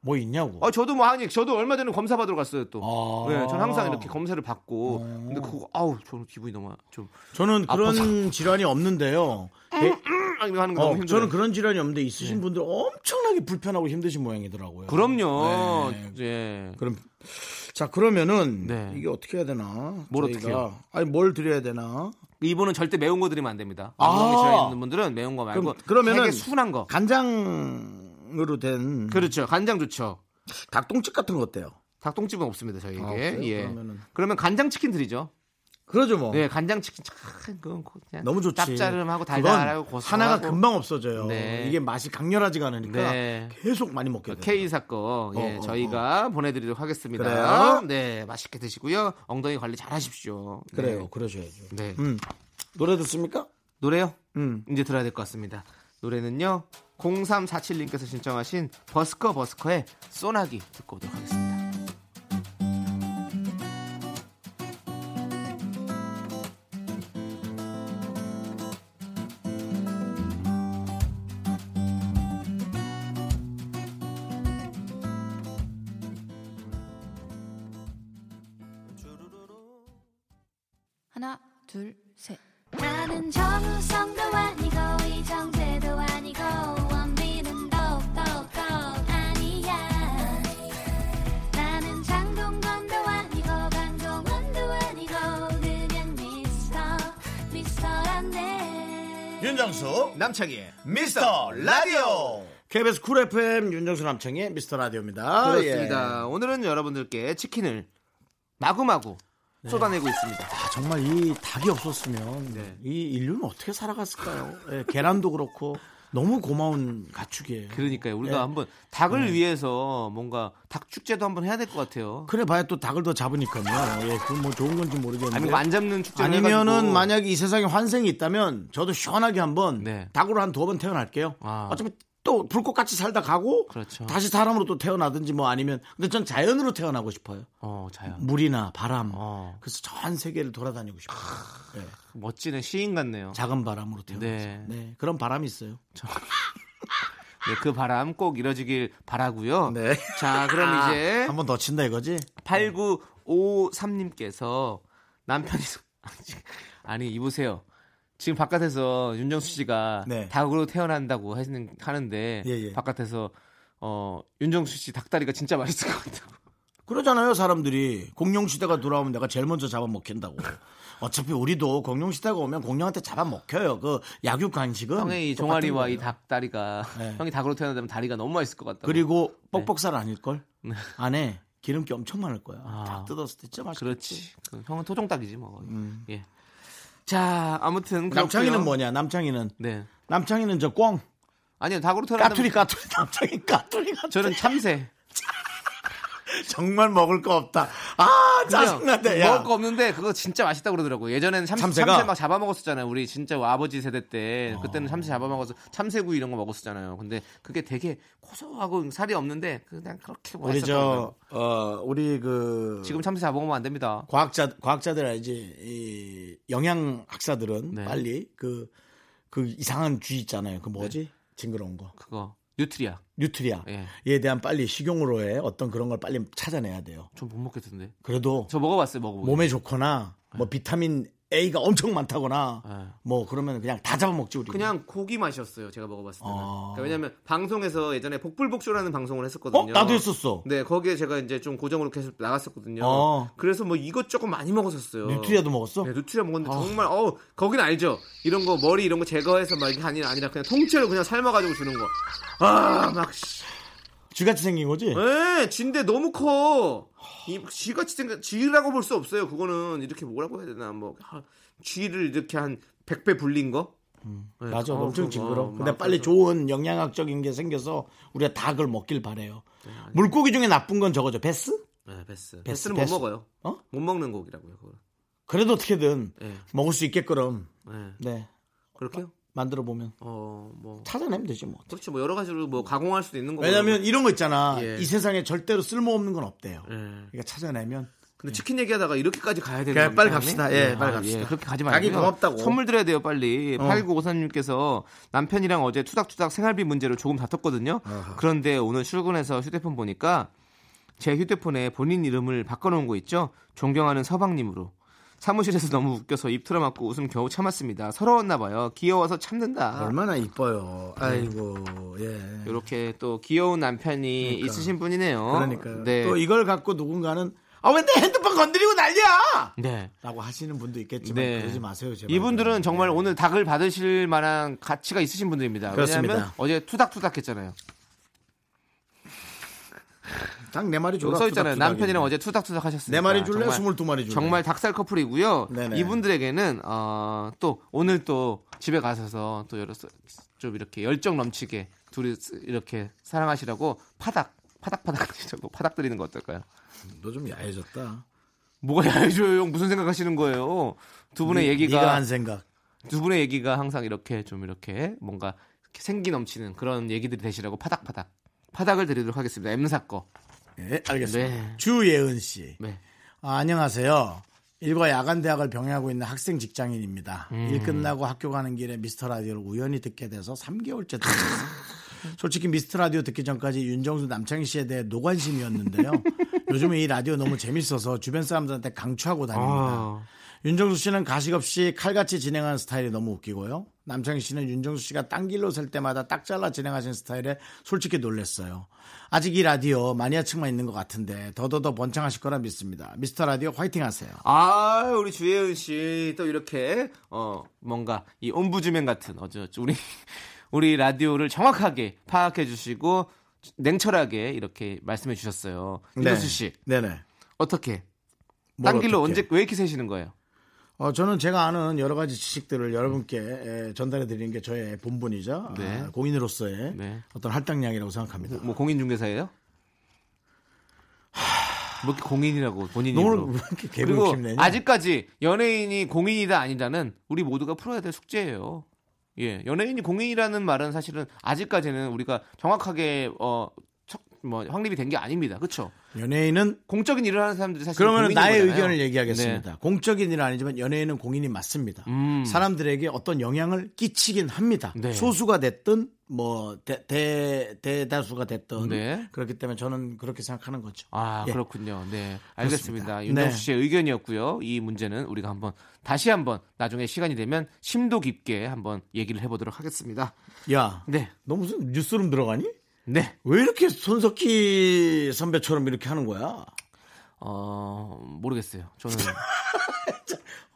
[SPEAKER 1] 뭐 있냐고?
[SPEAKER 2] 아 저도 뭐 아니 저도 얼마 전에 검사 받으러 갔어요 또.
[SPEAKER 1] 아.
[SPEAKER 2] 네, 저는 항상 이렇게 검사를 받고 근데 그거 아우 저는 기분이 너무 좀
[SPEAKER 1] 저는 그런 (laughs)
[SPEAKER 2] 아파서.
[SPEAKER 1] 질환이 없는데요. 예,
[SPEAKER 2] 음, 하는 거
[SPEAKER 1] 어,
[SPEAKER 2] 너무 힘들어요. 네.
[SPEAKER 1] 저는 그런 질환이 없는데 있으신 분들 엄청나게 불편하고 힘드신 모양이더라고요.
[SPEAKER 2] 그럼요.
[SPEAKER 1] 네.
[SPEAKER 2] 예.
[SPEAKER 1] 그럼 자 그러면은
[SPEAKER 2] 네.
[SPEAKER 1] 이게 어떻게 해야 되나?
[SPEAKER 2] 뭘
[SPEAKER 1] 저희가-
[SPEAKER 2] 어떻게 해요?
[SPEAKER 1] 아니 뭘 드려야 되나?
[SPEAKER 2] 이분은 절대 매운 거 드리면 안 됩니다.
[SPEAKER 1] 아.
[SPEAKER 2] 엉덩이 질환 있는 분들은 매운 거 말고
[SPEAKER 1] 그럼 그러면은
[SPEAKER 2] 되게 순한 거.
[SPEAKER 1] 간장으로 된
[SPEAKER 2] 그렇죠. 간장 좋죠.
[SPEAKER 1] 닭똥집 같은 거 어때요?
[SPEAKER 2] 닭똥집은 없습니다 저희에게.
[SPEAKER 1] 아, 그래요?
[SPEAKER 2] 예.
[SPEAKER 1] 그러면은.
[SPEAKER 2] 그러면 간장 치킨 드리죠.
[SPEAKER 1] 그러죠 뭐.
[SPEAKER 2] 네, 간장 치킨 참 그건 그냥
[SPEAKER 1] 너무 좋지.
[SPEAKER 2] 짭짤하고
[SPEAKER 1] 그건
[SPEAKER 2] 달달하고 고소하고.
[SPEAKER 1] 하나가 금방 없어져요.
[SPEAKER 2] 네.
[SPEAKER 1] 이게 맛이 강렬하지가 않으니까
[SPEAKER 2] 네.
[SPEAKER 1] 계속 많이 먹게 돼요.
[SPEAKER 2] K 사건 예,
[SPEAKER 1] 어, 어,
[SPEAKER 2] 저희가 보내드리도록 하겠습니다.
[SPEAKER 1] 그래요?
[SPEAKER 2] 네, 맛있게 드시고요. 엉덩이 관리 잘하십시오. 네.
[SPEAKER 1] 그래요, 그러셔야죠.
[SPEAKER 2] 네.
[SPEAKER 1] 음. 노래 듣습니까?
[SPEAKER 2] 노래요?
[SPEAKER 1] 음.
[SPEAKER 2] 이제 들어야 될 것 같습니다. 노래는요. 0347님께서 신청하신 버스커 버스커의 소나기 듣고 오도록 하겠습니다.
[SPEAKER 11] 하나, 둘, 셋.
[SPEAKER 4] 나는 정우성도 아니고 이정재도 아니고 원빈은 더욱더 아니야 나는 장동건도 아니고 강동원도 아니고 그냥 미스터 미스터란데
[SPEAKER 1] 윤정수 남창희의 미스터 라디오 KBS 쿨 FM 윤정수 남창희의 미스터 라디오입니다. 예.
[SPEAKER 2] 그렇습니다. 오늘은 여러분들께 치킨을 마구마구
[SPEAKER 1] 네.
[SPEAKER 2] 쏟아내고 있습니다.
[SPEAKER 1] 아, 정말 이 닭이 없었으면 이 인류는 어떻게 살아갔을까요? (laughs) 예, 계란도 그렇고 너무 고마운 가축이에요.
[SPEAKER 2] 그러니까요. 우리가
[SPEAKER 1] 예.
[SPEAKER 2] 한번 닭을
[SPEAKER 1] 예.
[SPEAKER 2] 위해서 뭔가 닭 축제도 한번 해야 될 것 같아요.
[SPEAKER 1] 그래 봐야 또 닭을 더 잡으니까요. 예, 그건 뭐 좋은 건지
[SPEAKER 2] 아니
[SPEAKER 1] 모르겠는데.
[SPEAKER 2] 뭐안 잡는 축제
[SPEAKER 1] 아니면은 만약에 이 세상에 환생이 있다면 저도 시원하게 한번
[SPEAKER 2] 네.
[SPEAKER 1] 닭으로 한 두 번 태어날게요. 어차피 또 불꽃같이 살다 가고
[SPEAKER 2] 아. 그렇죠.
[SPEAKER 1] 다시 사람으로 또 태어나든지 뭐 아니면 근데 전 자연으로 태어나고 싶어요.
[SPEAKER 2] 어 자연
[SPEAKER 1] 물이나 바람.
[SPEAKER 2] 어.
[SPEAKER 1] 그래서 전 세계를 돌아다니고 싶어요. 예.
[SPEAKER 2] 멋지네 시인 같네요.
[SPEAKER 1] 작은 바람으로 태어나서. 네. 그런 바람이 있어요.
[SPEAKER 2] 네, 그 바람 꼭 이뤄지길 바라고요. 자, 네. (laughs) 그럼
[SPEAKER 1] 네. 아,
[SPEAKER 2] 이제
[SPEAKER 1] 한번 더 친다 이거지?
[SPEAKER 2] 8953님께서 남편이 (laughs) 아니 이보세요. 지금 바깥에서 윤정수 씨가
[SPEAKER 1] 네.
[SPEAKER 2] 닭으로 태어난다고 하시는- 하는데
[SPEAKER 1] 예,
[SPEAKER 2] 바깥에서 어 윤정수 씨 닭다리가 진짜 맛있을 것 같아요.
[SPEAKER 1] 그러잖아요 사람들이 공룡시대가 돌아오면 내가 제일 먼저 잡아먹힌다고 어차피 우리도 공룡시대가 오면 공룡한테 잡아먹혀요 그 약육 간식은
[SPEAKER 2] 형의 이
[SPEAKER 1] 똑같은
[SPEAKER 2] 종아리와
[SPEAKER 1] 거예요. 네.
[SPEAKER 2] 이 닭다리가 형이 닭으로 태어난다면 다리가 너무 맛있을 것 같다고.
[SPEAKER 1] 그리고
[SPEAKER 2] 네.
[SPEAKER 1] 뻑뻑살 아닐걸 안에 기름기 엄청 많을 거야 닭 뜯었을 때 진짜 맛있겠지
[SPEAKER 2] 아. 그렇지. 그 형은 토종닭이지 뭐. 거의. 예. 자, 아무튼
[SPEAKER 1] 음. 남창이는
[SPEAKER 2] 그렇고요.
[SPEAKER 1] 뭐냐 남창이는
[SPEAKER 2] 네.
[SPEAKER 1] 남창이는 저꽝
[SPEAKER 2] 아니요 닭으로 태어난다면
[SPEAKER 1] 까투리 까투리 (laughs) 남창이 까투리 까투리
[SPEAKER 2] 저는
[SPEAKER 1] (laughs)
[SPEAKER 2] 참새
[SPEAKER 1] 정말 먹을 거 없다 아
[SPEAKER 2] 근데요,
[SPEAKER 1] 짜증나대 야
[SPEAKER 2] 먹을 거 없는데 그거 진짜 맛있다 고 그러더라고. 예전에는 참새,
[SPEAKER 1] 참새가?
[SPEAKER 2] 참새 막 잡아먹었었잖아요. 우리 진짜 아버지 세대 때 그때는 참새 잡아먹어서 참새구이 이런 거 먹었었잖아요. 근데 그게 되게 고소하고 살이 없는데 그냥 그렇게
[SPEAKER 1] 우리
[SPEAKER 2] 맛있었어요.
[SPEAKER 1] 저 어, 우리 그
[SPEAKER 2] 지금 참새 잡아먹으면 안 됩니다.
[SPEAKER 1] 과학자 과학자들 알지 이 영양 학사들은
[SPEAKER 2] 네.
[SPEAKER 1] 빨리 그 그 이상한 쥐 있잖아요. 그 뭐지
[SPEAKER 2] 네.
[SPEAKER 1] 징그러운 거
[SPEAKER 2] 그거 뉴트리아. 예.
[SPEAKER 1] 뉴트리아
[SPEAKER 2] 네.
[SPEAKER 1] 얘에 대한 빨리 식용으로의 어떤 그런 걸 빨리 찾아내야 돼요.
[SPEAKER 2] 전 못 먹겠던데.
[SPEAKER 1] 그래도
[SPEAKER 2] 저 네. 먹어봤어요. 먹어보.
[SPEAKER 1] 몸에 좋거나 뭐 비타민 A가 엄청 많다거나
[SPEAKER 2] 예.
[SPEAKER 1] 뭐 그러면 그냥 다 잡아먹지 우리.
[SPEAKER 2] 그냥 고기 맛이었어요. 제가 먹어봤을 때는.
[SPEAKER 1] 아.
[SPEAKER 2] 그러니까 왜냐면 방송에서 예전에 복불복쇼라는 방송을 했었거든요.
[SPEAKER 1] 어? 나도 했었어.
[SPEAKER 2] 네, 거기에 제가 이제 좀 고정으로 계속 나갔었거든요.
[SPEAKER 1] 어.
[SPEAKER 2] 그래서 뭐 이것저것 많이 먹었었어요.
[SPEAKER 1] 뉴트리아도 먹었어?
[SPEAKER 2] 네, 뉴트리아 먹었는데 정말 어 거긴 알죠. 이런 거 머리 이런 거 제거해서 막 이게 아니 아니라 그냥 통째로 그냥 삶아가지고 주는 거. 아, 막 씨.
[SPEAKER 1] 쥐같이 생긴 거지?
[SPEAKER 2] 네. 에, 쥐인데 너무 커. 이 쥐같이 생각 쥐라고 볼 수 없어요. 그거는 이렇게 뭐라고 해야 되나 뭐 하- 쥐를 이렇게 한 100배 불린 거? 네.
[SPEAKER 1] 음. 맞아,
[SPEAKER 2] 어,
[SPEAKER 1] 엄청
[SPEAKER 2] 그거,
[SPEAKER 1] 징그러.
[SPEAKER 2] 막
[SPEAKER 1] 근데 빨리
[SPEAKER 2] 그래서-
[SPEAKER 1] 좋은 영양학적인 게 생겨서 우리가 닭을 먹길 바래요. 물고기 중에 나쁜 건 저거죠, 베스?
[SPEAKER 2] 네, 베스.
[SPEAKER 1] 베스,
[SPEAKER 2] 베스는
[SPEAKER 1] 베스.
[SPEAKER 2] 못 먹어요. 못 먹는 고기라고요. 그거.
[SPEAKER 1] 그래도 어떻게든
[SPEAKER 2] 예.
[SPEAKER 1] 먹을 수 있게끔
[SPEAKER 2] 네.
[SPEAKER 1] 네
[SPEAKER 2] 그렇게요?
[SPEAKER 1] 만들어 보면
[SPEAKER 2] 어, 뭐
[SPEAKER 1] 찾아내면 되지 뭐.
[SPEAKER 2] 그렇지 뭐 여러 가지로 뭐 가공할 수도 있는 거고.
[SPEAKER 1] 왜냐면 이런 거 있잖아.
[SPEAKER 2] 예.
[SPEAKER 1] 이 세상에 절대로 쓸모없는 건 없대요.
[SPEAKER 2] 네.
[SPEAKER 1] 그러니까 찾아내면
[SPEAKER 2] 근데 치킨 얘기하다가 이렇게까지 가야 되는
[SPEAKER 1] 그래,
[SPEAKER 2] 겁니다,
[SPEAKER 1] 빨리
[SPEAKER 2] 형님?
[SPEAKER 1] 갑시다. 예, 빨리
[SPEAKER 2] 아,
[SPEAKER 1] 갑시다.
[SPEAKER 2] 그렇게 가지 말고.
[SPEAKER 1] 가긴 고맙다고.
[SPEAKER 2] 선물 드려야 돼요, 빨리.
[SPEAKER 1] 어.
[SPEAKER 2] 8953님께서 남편이랑 어제 투닥투닥 생활비 문제로 조금 다퉜거든요. 그런데 오늘 출근해서 휴대폰 보니까 제 휴대폰에 본인 이름을 바꿔놓은 거 있죠? 존경하는 서방님으로. 사무실에서 너무 웃겨서 입 틀어막고 웃음 겨우 참았습니다. 서러웠나 봐요. 귀여워서 참는다.
[SPEAKER 1] 아. 얼마나 이뻐요. 아이고 예.
[SPEAKER 2] 이렇게 또 귀여운 남편이 있으신 분이네요.
[SPEAKER 1] 그러니까요.
[SPEAKER 2] 네.
[SPEAKER 1] 또 이걸 갖고 누군가는 아 왜 내 핸드폰 건드리고 난리야?
[SPEAKER 2] 네.
[SPEAKER 1] 라고 하시는 분도 있겠지만
[SPEAKER 2] 네.
[SPEAKER 1] 그러지 마세요. 제발. 예.
[SPEAKER 2] 이분들은 정말 오늘 닭을 받으실 만한 가치가 있으신 분들입니다.
[SPEAKER 1] 그렇습니다.
[SPEAKER 2] 왜냐하면 어제 투닥투닥 했잖아요.
[SPEAKER 1] 딱내 말이
[SPEAKER 2] 여기
[SPEAKER 1] 줘라.
[SPEAKER 2] 써 있잖아요.
[SPEAKER 1] 투닥투닥이네.
[SPEAKER 2] 남편이랑 어제 투닥투닥 하셨습니다.
[SPEAKER 1] 내 말이 줄래? 22마리 줄래?
[SPEAKER 2] 정말 닭살 커플이고요.
[SPEAKER 1] 네네.
[SPEAKER 2] 이분들에게는 어, 또 오늘 또 집에 가셔서 또 여러 좀 이렇게 열정 넘치게 둘이 이렇게 사랑하시라고 파닥 파닥 파닥 (laughs) 하시라고 파닥 드리는 거 어떨까요?
[SPEAKER 1] 너 좀 야해졌다.
[SPEAKER 2] 뭐가 야해줘요, (laughs) 형? 무슨 생각하시는 거예요? 두 분의
[SPEAKER 1] 네,
[SPEAKER 2] 얘기가
[SPEAKER 1] 네가 한 생각.
[SPEAKER 2] 두 분의 얘기가 항상 이렇게 좀 이렇게 뭔가 이렇게 생기 넘치는 그런 얘기들이 되시라고 파닥파닥 파닥을 드리도록 하겠습니다. M 사건.
[SPEAKER 1] 네, 알겠습니다.
[SPEAKER 2] 네.
[SPEAKER 1] 주예은 씨.
[SPEAKER 2] 네.
[SPEAKER 1] 아, 안녕하세요. 일과 야간 대학을 병행하고 있는 학생 직장인입니다.
[SPEAKER 2] 음.
[SPEAKER 1] 일 끝나고 학교 가는 길에 미스터 라디오를 우연히 듣게 돼서 3개월째 듣고
[SPEAKER 2] (laughs)
[SPEAKER 1] 있어요. 솔직히 미스터 라디오 듣기 전까지 윤정수 남창희 씨에 대해
[SPEAKER 2] (laughs)
[SPEAKER 1] 노관심이었는데요. 요즘에 이 라디오 너무 재밌어서 주변 사람들한테 강추하고 다닙니다.
[SPEAKER 2] 아.
[SPEAKER 1] 윤정수 씨는 가식 없이 칼같이 진행하는 스타일이 너무 웃기고요. 남창희 씨는 윤정수 씨가 딴 길로 설 때마다 딱 잘라 진행하신 스타일에 솔직히 놀랐어요. 아직 이 라디오 마니아층만 있는 것 같은데 더더더 번창하실 거라 믿습니다. 미스터 라디오 화이팅 하세요.
[SPEAKER 2] 아 우리 주혜은 씨 또 이렇게 어 뭔가 이 옴부즈맨 같은 어저 우리 (laughs) 우리 라디오를 정확하게 파악해 주시고 냉철하게 이렇게 말씀해 주셨어요.
[SPEAKER 1] 네.
[SPEAKER 2] 이수 씨
[SPEAKER 1] 네네.
[SPEAKER 2] 어떻게 딴
[SPEAKER 1] 뭘
[SPEAKER 2] 길로
[SPEAKER 1] 어떻게?
[SPEAKER 2] 언제 왜 이렇게 세시는 거예요?
[SPEAKER 1] 어, 저는 제가 아는 여러 가지 지식들을 여러분께 에, 전달해 드리는 게 저의 본분이자
[SPEAKER 2] 네.
[SPEAKER 1] 아, 공인으로서의 어떤 할당량이라고 생각합니다.
[SPEAKER 2] 뭐 공인중개사예요? 뭐 이렇게 공인이라고 본인이 뭐
[SPEAKER 1] 너무 (laughs) 왜 이렇게 개그
[SPEAKER 2] 그리고
[SPEAKER 1] 욕심 내냐?
[SPEAKER 2] 아직까지 연예인이 공인이다 아니다는 우리 모두가 풀어야 될 숙제예요. 예, 연예인이 공인이라는 말은 사실은 아직까지는 우리가 정확하게 어, 척- 뭐 확립이 된 게 아닙니다. 그렇죠?
[SPEAKER 1] 연예인은
[SPEAKER 2] 공적인 일을 하는 사람들이 사실
[SPEAKER 1] 그러면
[SPEAKER 2] 공인인
[SPEAKER 1] 나의
[SPEAKER 2] 거잖아요.
[SPEAKER 1] 의견을
[SPEAKER 2] 네. 음.
[SPEAKER 1] 얘기하겠습니다. 공적인 일은 아니지만 연예인은 공인이 맞습니다. 사람들에게 어떤 영향을 끼치긴 합니다.
[SPEAKER 2] 네.
[SPEAKER 1] 소수가 됐든 뭐 대, 대, 대다수가 됐든
[SPEAKER 2] 네.
[SPEAKER 1] 그렇기 때문에 저는 그렇게 생각하는 거죠.
[SPEAKER 2] 아
[SPEAKER 1] 예.
[SPEAKER 2] 그렇군요. 네,
[SPEAKER 1] 그렇습니다.
[SPEAKER 2] 알겠습니다. 윤정수
[SPEAKER 1] 네.
[SPEAKER 2] 씨의 의견이었고요. 이 문제는 우리가 한번 다시 한번 나중에 시간이 되면 심도 깊게 한번 얘기를 해보도록 하겠습니다.
[SPEAKER 1] 야,
[SPEAKER 2] 네.
[SPEAKER 1] 너 무슨 뉴스룸 들어가니?
[SPEAKER 2] 네.
[SPEAKER 1] 왜 이렇게 손석희 선배처럼 이렇게 하는 거야?
[SPEAKER 2] 어 모르겠어요.
[SPEAKER 1] (laughs)
[SPEAKER 2] 저는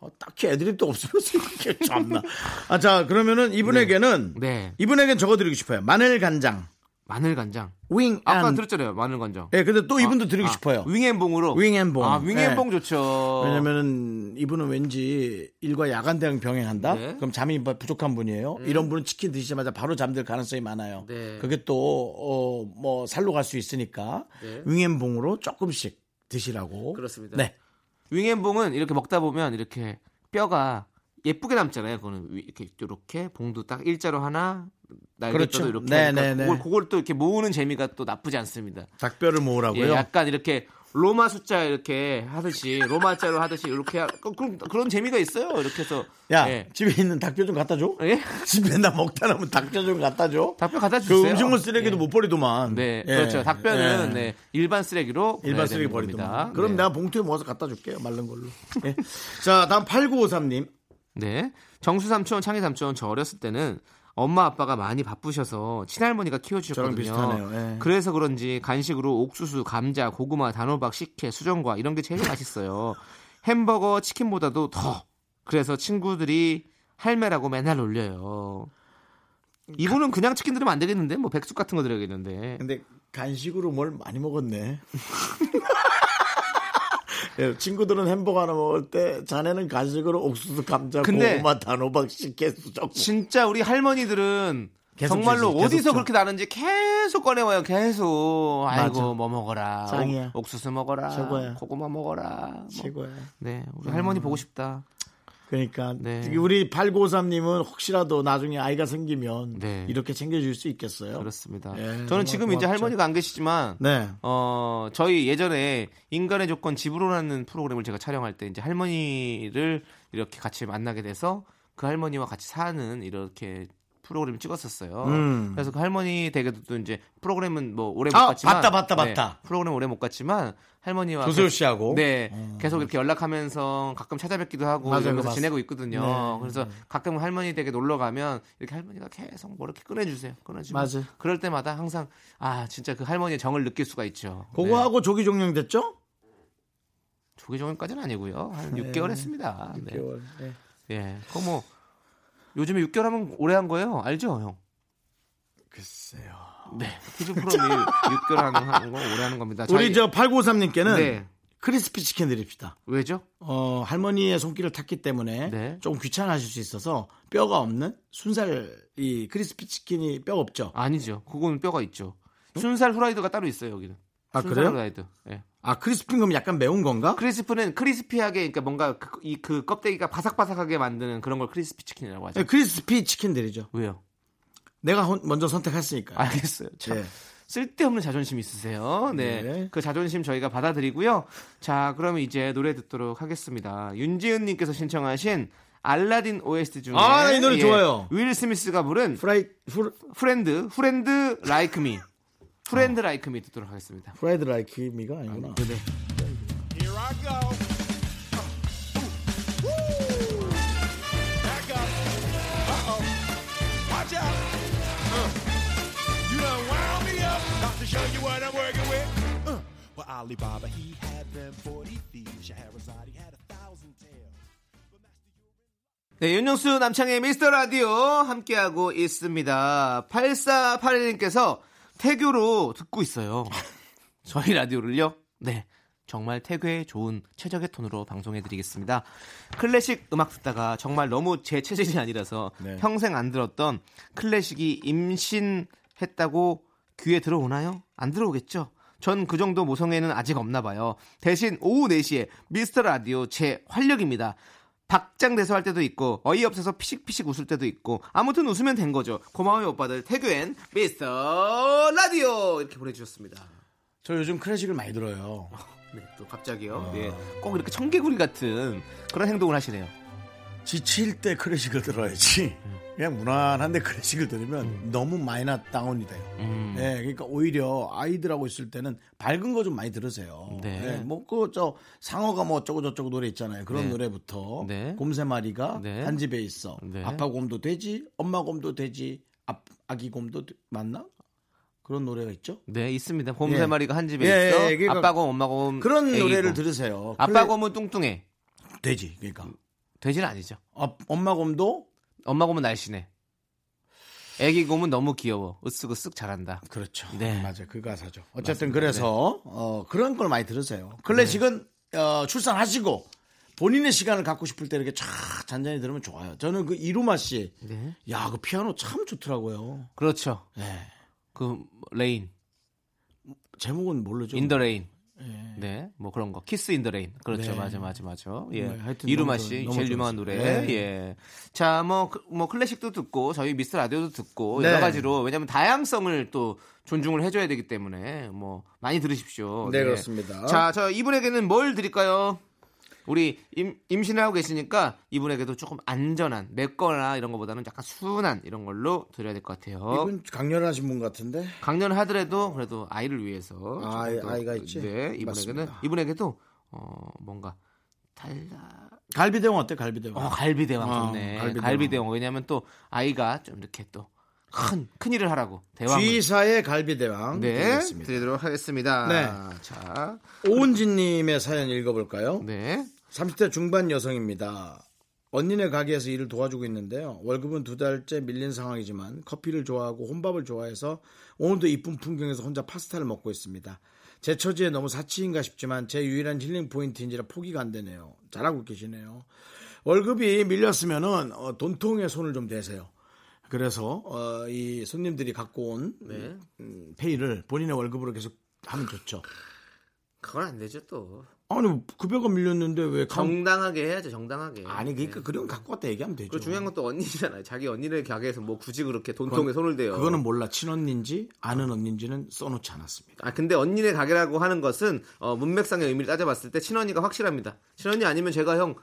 [SPEAKER 1] 어, 딱히 애드립도 없으면서 (laughs) 이렇게 참나. 아, 자 그러면은 이분에게는
[SPEAKER 2] 네.
[SPEAKER 1] 이분에겐 적어드리고 싶어요. 마늘 간장.
[SPEAKER 2] 마늘 간장.
[SPEAKER 1] 윙.
[SPEAKER 2] 아까
[SPEAKER 1] 앤.
[SPEAKER 2] 들었잖아요. 아, 마늘 간장.
[SPEAKER 1] 예, 근데 또 이분도 음. 드리고 싶어요.
[SPEAKER 2] 윙앤봉으로.
[SPEAKER 1] 윙앤봉.
[SPEAKER 2] 아, 윙앤봉
[SPEAKER 1] 예.
[SPEAKER 2] 좋죠.
[SPEAKER 1] 왜냐면은 이분은 왠지 일과 야간 대응 병행한다.
[SPEAKER 2] 네. 음.
[SPEAKER 1] 그럼 잠이 부족한 분이에요. 이런 분은 치킨 드시자마자 바로 잠들 가능성이 많아요.
[SPEAKER 2] 네.
[SPEAKER 1] 그게 또뭐 살로 갈 수 있으니까
[SPEAKER 2] 네.
[SPEAKER 1] 윙앤봉으로 조금씩 드시라고.
[SPEAKER 2] 그렇습니다.
[SPEAKER 1] 네.
[SPEAKER 2] 윙앤봉은 이렇게 먹다 보면 이렇게 뼈가 예쁘게 남잖아요. 그거는 위- 이렇게 이렇게 봉도 딱 일자로 하나 날개뼈도
[SPEAKER 1] 그렇죠.
[SPEAKER 2] 이렇게
[SPEAKER 1] 네,
[SPEAKER 2] 하니까
[SPEAKER 1] 네, 네.
[SPEAKER 2] 그걸, 그걸 또 이렇게 모으는 재미가 또 나쁘지 않습니다.
[SPEAKER 1] 닭뼈를 모으라고요.
[SPEAKER 2] 예, 약간 이렇게 로마 숫자 이렇게 하듯이 로마자로 하듯이 이렇게 하, 그- 그런, 그런 재미가 있어요. 이렇게 해서
[SPEAKER 1] 야
[SPEAKER 2] 예.
[SPEAKER 1] 집에 있는 닭뼈 좀 갖다 줘. 집에 나 먹다 남은 닭뼈 좀 갖다 줘.
[SPEAKER 2] 닭뼈 갖다
[SPEAKER 1] 그
[SPEAKER 2] 주세요. 예.
[SPEAKER 1] 음식물 쓰레기도 못 버리더만.
[SPEAKER 2] 네,
[SPEAKER 1] 예.
[SPEAKER 2] 그렇죠. 닭뼈는
[SPEAKER 1] 예.
[SPEAKER 2] 네, 일반 쓰레기로
[SPEAKER 1] 일반
[SPEAKER 2] 보내야
[SPEAKER 1] 쓰레기
[SPEAKER 2] 되는 겁니다.
[SPEAKER 1] 버리더만. 그럼
[SPEAKER 2] 네.
[SPEAKER 1] 내가 봉투에 모아서 갖다 줄게요. 말른 걸로. 예. 자 다음 8953님.
[SPEAKER 2] 네. 정수 삼촌, 창희 삼촌 저 어렸을 때는 엄마 아빠가 많이 바쁘셔서 친할머니가 키워주셨거든요.
[SPEAKER 1] 저랑 비슷하네요. 예.
[SPEAKER 2] 그래서 그런지 간식으로 옥수수, 감자, 고구마, 단호박, 식혜, 수정과 이런 게 제일 맛있어요. (laughs) 햄버거, 치킨보다도 더. 그래서 친구들이 할매라고 맨날 놀려요. 이분은 그냥 치킨 들으면 안 되겠는데 뭐 백숙 같은 거 드려야겠는데.
[SPEAKER 1] 근데 간식으로 뭘 많이
[SPEAKER 2] (laughs)
[SPEAKER 1] 먹었네. 예, 친구들은 햄버거 하나 먹을 때 자네는 간식으로 옥수수, 감자,
[SPEAKER 2] 근데
[SPEAKER 1] 고구마, 단호박, 식혜, 수정.
[SPEAKER 2] 진짜 우리 할머니들은
[SPEAKER 1] 계속
[SPEAKER 2] 정말로
[SPEAKER 1] 주지, 계속
[SPEAKER 2] 어디서
[SPEAKER 1] 줘.
[SPEAKER 2] 그렇게 나는지 계속 꺼내와요. 계속 아이고
[SPEAKER 1] 맞아.
[SPEAKER 2] 뭐 먹어라.
[SPEAKER 1] 짱이야.
[SPEAKER 2] 옥- 옥수수 먹어라.
[SPEAKER 1] 최고야.
[SPEAKER 2] 고구마 먹어라. 뭐.
[SPEAKER 1] 최고야.
[SPEAKER 2] 네, 우리 할머니 보고 싶다.
[SPEAKER 1] 그러니까
[SPEAKER 2] 네.
[SPEAKER 1] 우리 8953님은 혹시라도 나중에 아이가 생기면
[SPEAKER 2] 네.
[SPEAKER 1] 이렇게 챙겨줄 수 있겠어요.
[SPEAKER 2] 그렇습니다.
[SPEAKER 1] 예, 정말
[SPEAKER 2] 저는 지금 이제
[SPEAKER 1] 고맙죠.
[SPEAKER 2] 할머니가 안 계시지만
[SPEAKER 1] 네.
[SPEAKER 2] 어, 저희 예전에 인간의 조건 집으로라는 프로그램을 제가 촬영할 때 이제 할머니를 이렇게 같이 만나게 돼서 그 할머니와 같이 사는 이렇게 프로그램 을 찍었었어요.
[SPEAKER 1] 음.
[SPEAKER 2] 그래서 그 할머니 댁에도 또 이제 프로그램은 뭐 오래 못
[SPEAKER 1] 아,
[SPEAKER 2] 갔지만
[SPEAKER 1] 봤다, 봤다,
[SPEAKER 2] 네,
[SPEAKER 1] 봤다.
[SPEAKER 2] 프로그램 오래 못 갔지만 할머니와
[SPEAKER 1] 조세호
[SPEAKER 2] 계속-
[SPEAKER 1] 씨하고?
[SPEAKER 2] 어,
[SPEAKER 1] 어.
[SPEAKER 2] 네 계속 이렇게 연락하면서 가끔 찾아뵙기도 하고
[SPEAKER 1] 맞아요,
[SPEAKER 2] 이러면서
[SPEAKER 1] 맞습니다.
[SPEAKER 2] 지내고 있거든요.
[SPEAKER 1] 네.
[SPEAKER 2] 그래서 가끔 할머니 댁에 놀러 가면 이렇게 할머니가 계속 뭐 이렇게 꺼내주세요, 꺼내주세요.
[SPEAKER 1] 맞아요.
[SPEAKER 2] 그럴 때마다 항상 아 진짜 그 할머니의 정을 느낄 수가 있죠. 네.
[SPEAKER 1] 그거하고 조기 종영 됐죠?
[SPEAKER 2] 조기종일까지는 아니고요. 한
[SPEAKER 1] 네.
[SPEAKER 2] 6개월 했습니다. 네.
[SPEAKER 1] 6개월. 네.
[SPEAKER 2] 예. 그거 뭐 요즘에 6개월 하면 오래 한 거예요. 알죠, 형?
[SPEAKER 1] 글쎄요.
[SPEAKER 2] 네. 퀴즈
[SPEAKER 1] (laughs)
[SPEAKER 2] 프로님 6개월 하는 하는 거 오래 하는 겁니다.
[SPEAKER 1] 우리
[SPEAKER 2] 저희-
[SPEAKER 1] 저 8953님께는
[SPEAKER 2] 네.
[SPEAKER 1] 크리스피 치킨 드립시다.
[SPEAKER 2] 왜죠?
[SPEAKER 1] 어, 할머니의 손길을 탔기 때문에 조금 귀찮아하실 수 있어서 뼈가 없는 순살 이 크리스피 치킨이 뼈 없죠?
[SPEAKER 2] 아니죠. 그건 뼈가 있죠. 순살 후라이드가 따로 있어요, 여기는.
[SPEAKER 1] 아,
[SPEAKER 2] 순살
[SPEAKER 1] 그래요?
[SPEAKER 2] 후라이드. 예.
[SPEAKER 1] 아 크리스피인 거면 약간 매운 건가?
[SPEAKER 2] 크리스프는 크리스피하게 그러니까 뭔가 그, 이, 그 껍데기가 바삭바삭하게 만드는 그런 걸 크리스피 치킨이라고 하죠.
[SPEAKER 1] 네, 크리스피 치킨 드리죠.
[SPEAKER 2] 왜요?
[SPEAKER 1] 내가 혼- 먼저 선택했으니까.
[SPEAKER 2] 알겠어요. 참.
[SPEAKER 1] 예.
[SPEAKER 2] 쓸데없는 자존심 있으세요. 네. 그 자존심 저희가 받아들이고요. 자, 그럼 이제 노래 듣도록 하겠습니다. 윤지은 님께서 신청하신 알라딘 OST 중에 예,
[SPEAKER 1] 아, 나이 노래 좋아요.
[SPEAKER 2] 윌 스미스가 부른
[SPEAKER 1] 프라이 후,
[SPEAKER 2] 프렌드 프렌드 라이크 미. 프렌드 라이크 미 듣도록 하겠습니다.
[SPEAKER 1] 프라이드 라이키미가 아니구나.
[SPEAKER 2] 네.
[SPEAKER 12] Here I go. Uh, ooh, woo. Back up. Uh-oh. Watch out. Uh, you done wound me up. About to show you what I'm working with. Uh, well, Alibaba, he had them 40 thieves. Scheherazade had a thousand tails.
[SPEAKER 2] 네, 윤정수 남창의 미스터 라디오 함께하고 있습니다. 8481님께서 태교로 듣고 있어요. 저희 라디오를요? 네. 정말 태그에 좋은 최적의 톤으로 방송해드리겠습니다. 클래식 음악 듣다가 정말 너무 제 체질이 아니라서 평생 안 들었던 클래식이 임신했다고 귀에 들어오나요? 안 들어오겠죠? 전 그 정도 모성애는 아직 없나 봐요. 대신 오후 4시에 미스터 라디오 제 활력입니다. 박장대소 할 때도 있고 어이없어서 피식피식 웃을 때도 있고 아무튼 웃으면 된 거죠. 고마워요 오빠들 태교엔 미스터 라디오 이렇게 보내주셨습니다.
[SPEAKER 1] 저 요즘 클래식을 많이 들어요.
[SPEAKER 2] 네, 또 갑자기요. 예, 꼭 이렇게 청개구리 같은 그런 행동을 하시네요.
[SPEAKER 1] 지칠 때 클래식을 들어야지. 그냥 무난한데 클래식을 들으면 너무 마이너 다운이 돼요.
[SPEAKER 2] 음.
[SPEAKER 1] 예, 그러니까 오히려 아이들하고 있을 때는 밝은 거 좀 많이 들으세요.
[SPEAKER 2] 네.
[SPEAKER 1] 예, 뭐그 저 상어가 뭐 어쩌고 저쩌고 노래 있잖아요. 그런
[SPEAKER 2] 네.
[SPEAKER 1] 노래부터
[SPEAKER 2] 네.
[SPEAKER 1] 곰세 마리가
[SPEAKER 2] 네.
[SPEAKER 1] 한 집에 있어.
[SPEAKER 2] 네.
[SPEAKER 1] 아빠 곰도 돼지, 엄마 곰도 돼지, 아, 아기 곰도 돼- 맞나? 그런 노래가 있죠?
[SPEAKER 2] 네, 있습니다. 곰세
[SPEAKER 1] 예.
[SPEAKER 2] 마리가 한 집에
[SPEAKER 1] 예,
[SPEAKER 2] 있어.
[SPEAKER 1] 예, 그러니까
[SPEAKER 2] 아빠 곰, 엄마 곰.
[SPEAKER 1] 그런
[SPEAKER 2] 애기
[SPEAKER 1] 노래를
[SPEAKER 2] 곰.
[SPEAKER 1] 들으세요.
[SPEAKER 2] 음, 아빠
[SPEAKER 1] 그래-
[SPEAKER 2] 곰은 뚱뚱해.
[SPEAKER 1] 돼지, 그러니까.
[SPEAKER 2] 돼지는 아니죠.
[SPEAKER 1] 엄마 곰도?
[SPEAKER 2] 엄마 곰은 날씬해. 애기 곰은 너무 귀여워. 으쓱으쓱 잘한다.
[SPEAKER 1] 그렇죠.
[SPEAKER 2] 네.
[SPEAKER 1] 맞아요. 그 가사죠. 어쨌든
[SPEAKER 2] 맞습니다.
[SPEAKER 1] 그래서 어, 그런 걸 많이 들으세요. 클래식은 어, 출산하시고 본인의 시간을 갖고 싶을 때 이렇게 쫙 잔잔히 들으면 좋아요. 저는 그 이루마 씨,
[SPEAKER 2] 네.
[SPEAKER 1] 야 그 피아노 참 좋더라고요.
[SPEAKER 2] 그렇죠.
[SPEAKER 1] 네.
[SPEAKER 2] 그 레인.
[SPEAKER 1] 제목은 모르죠.
[SPEAKER 2] 인더 레인.
[SPEAKER 1] 예.
[SPEAKER 2] 네, 뭐 그런 거. 키스 인더 레인. 그렇죠,
[SPEAKER 1] 네.
[SPEAKER 2] 맞아, 맞아, 맞아. 예,
[SPEAKER 1] 네, 하여튼
[SPEAKER 2] 이루마
[SPEAKER 1] 너무 좋-
[SPEAKER 2] 씨
[SPEAKER 1] 너무
[SPEAKER 2] 제일 유명한 노래.
[SPEAKER 1] 좋았어요. 네.
[SPEAKER 2] 예. 자, 뭐, 그- 뭐 클래식도 듣고 저희 미스 라디오도 듣고
[SPEAKER 1] 네.
[SPEAKER 2] 여러 가지로 왜냐면 다양성을 또 존중을 해줘야 되기 때문에 뭐 많이 들으십시오.
[SPEAKER 1] 네, 그렇습니다.
[SPEAKER 2] 자, 저 이분에게는 뭘 드릴까요? 우리 임, 임신을 하고 계시니까 이분에게도 조금 안전한 맵거나 이런 거보다는 약간 순한 이런 걸로 드려야 될 것 같아요.
[SPEAKER 1] 이분 강렬하신 분 같은데.
[SPEAKER 2] 강연하더라도 그래도 아이를 위해서
[SPEAKER 1] 아,
[SPEAKER 2] 조금 더,
[SPEAKER 1] 아이가 있지?
[SPEAKER 2] 네, 이분에게는
[SPEAKER 1] 맞습니다.
[SPEAKER 2] 이분에게도 어 뭔가 달라.
[SPEAKER 1] 갈비대왕 어때? 갈비대왕.
[SPEAKER 2] 어 갈비대왕
[SPEAKER 1] 어,
[SPEAKER 2] 좋네.
[SPEAKER 1] 갈비대왕.
[SPEAKER 2] 갈비대왕. 왜냐하면 또 아이가 좀 이렇게 또 큰 큰 일을 하라고 대왕.
[SPEAKER 1] G사의 갈비대왕.
[SPEAKER 2] 네
[SPEAKER 1] 드리겠습니다.
[SPEAKER 2] 드리도록 하겠습니다.
[SPEAKER 1] 네.
[SPEAKER 2] 자
[SPEAKER 1] 오은진님의 사연 읽어볼까요?
[SPEAKER 2] 네.
[SPEAKER 1] 30대 중반 여성입니다. 언니네 가게에서 일을 도와주고 있는데요. 월급은 두 달째 밀린 상황이지만 커피를 좋아하고 혼밥을 좋아해서 오늘도 이쁜 풍경에서 혼자 파스타를 먹고 있습니다. 제 처지에 너무 사치인가 싶지만 제 유일한 힐링 포인트인지라 포기가 안 되네요. 잘하고 계시네요. 월급이 밀렸으면은 어, 돈통에 손을 좀 대세요. 그래서 어, 이 손님들이 갖고 온
[SPEAKER 2] 네.
[SPEAKER 1] 음, 페이를 본인의 월급으로 계속 하면 좋죠.
[SPEAKER 2] 그건 안 되죠 또.
[SPEAKER 1] 아니 뭐, 급여가 밀렸는데 왜 감...
[SPEAKER 2] 정당하게 해야죠 정당하게.
[SPEAKER 1] 아니 그러니까 그런 거 갖고 왔다 얘기하면 되죠.
[SPEAKER 2] 예. 그 중요한 건 또 언니잖아요. 자기 언니네 가게에서 뭐 굳이 그렇게 돈통에 손을 대요.
[SPEAKER 1] 그거는 몰라 친언니인지 아는 언니인지는 써놓지 않았습니다.
[SPEAKER 2] 아 근데 언니네 가게라고 하는 것은 어, 문맥상의 의미를 따져봤을 때 친언니가 확실합니다. 친언니 아니면 제가 형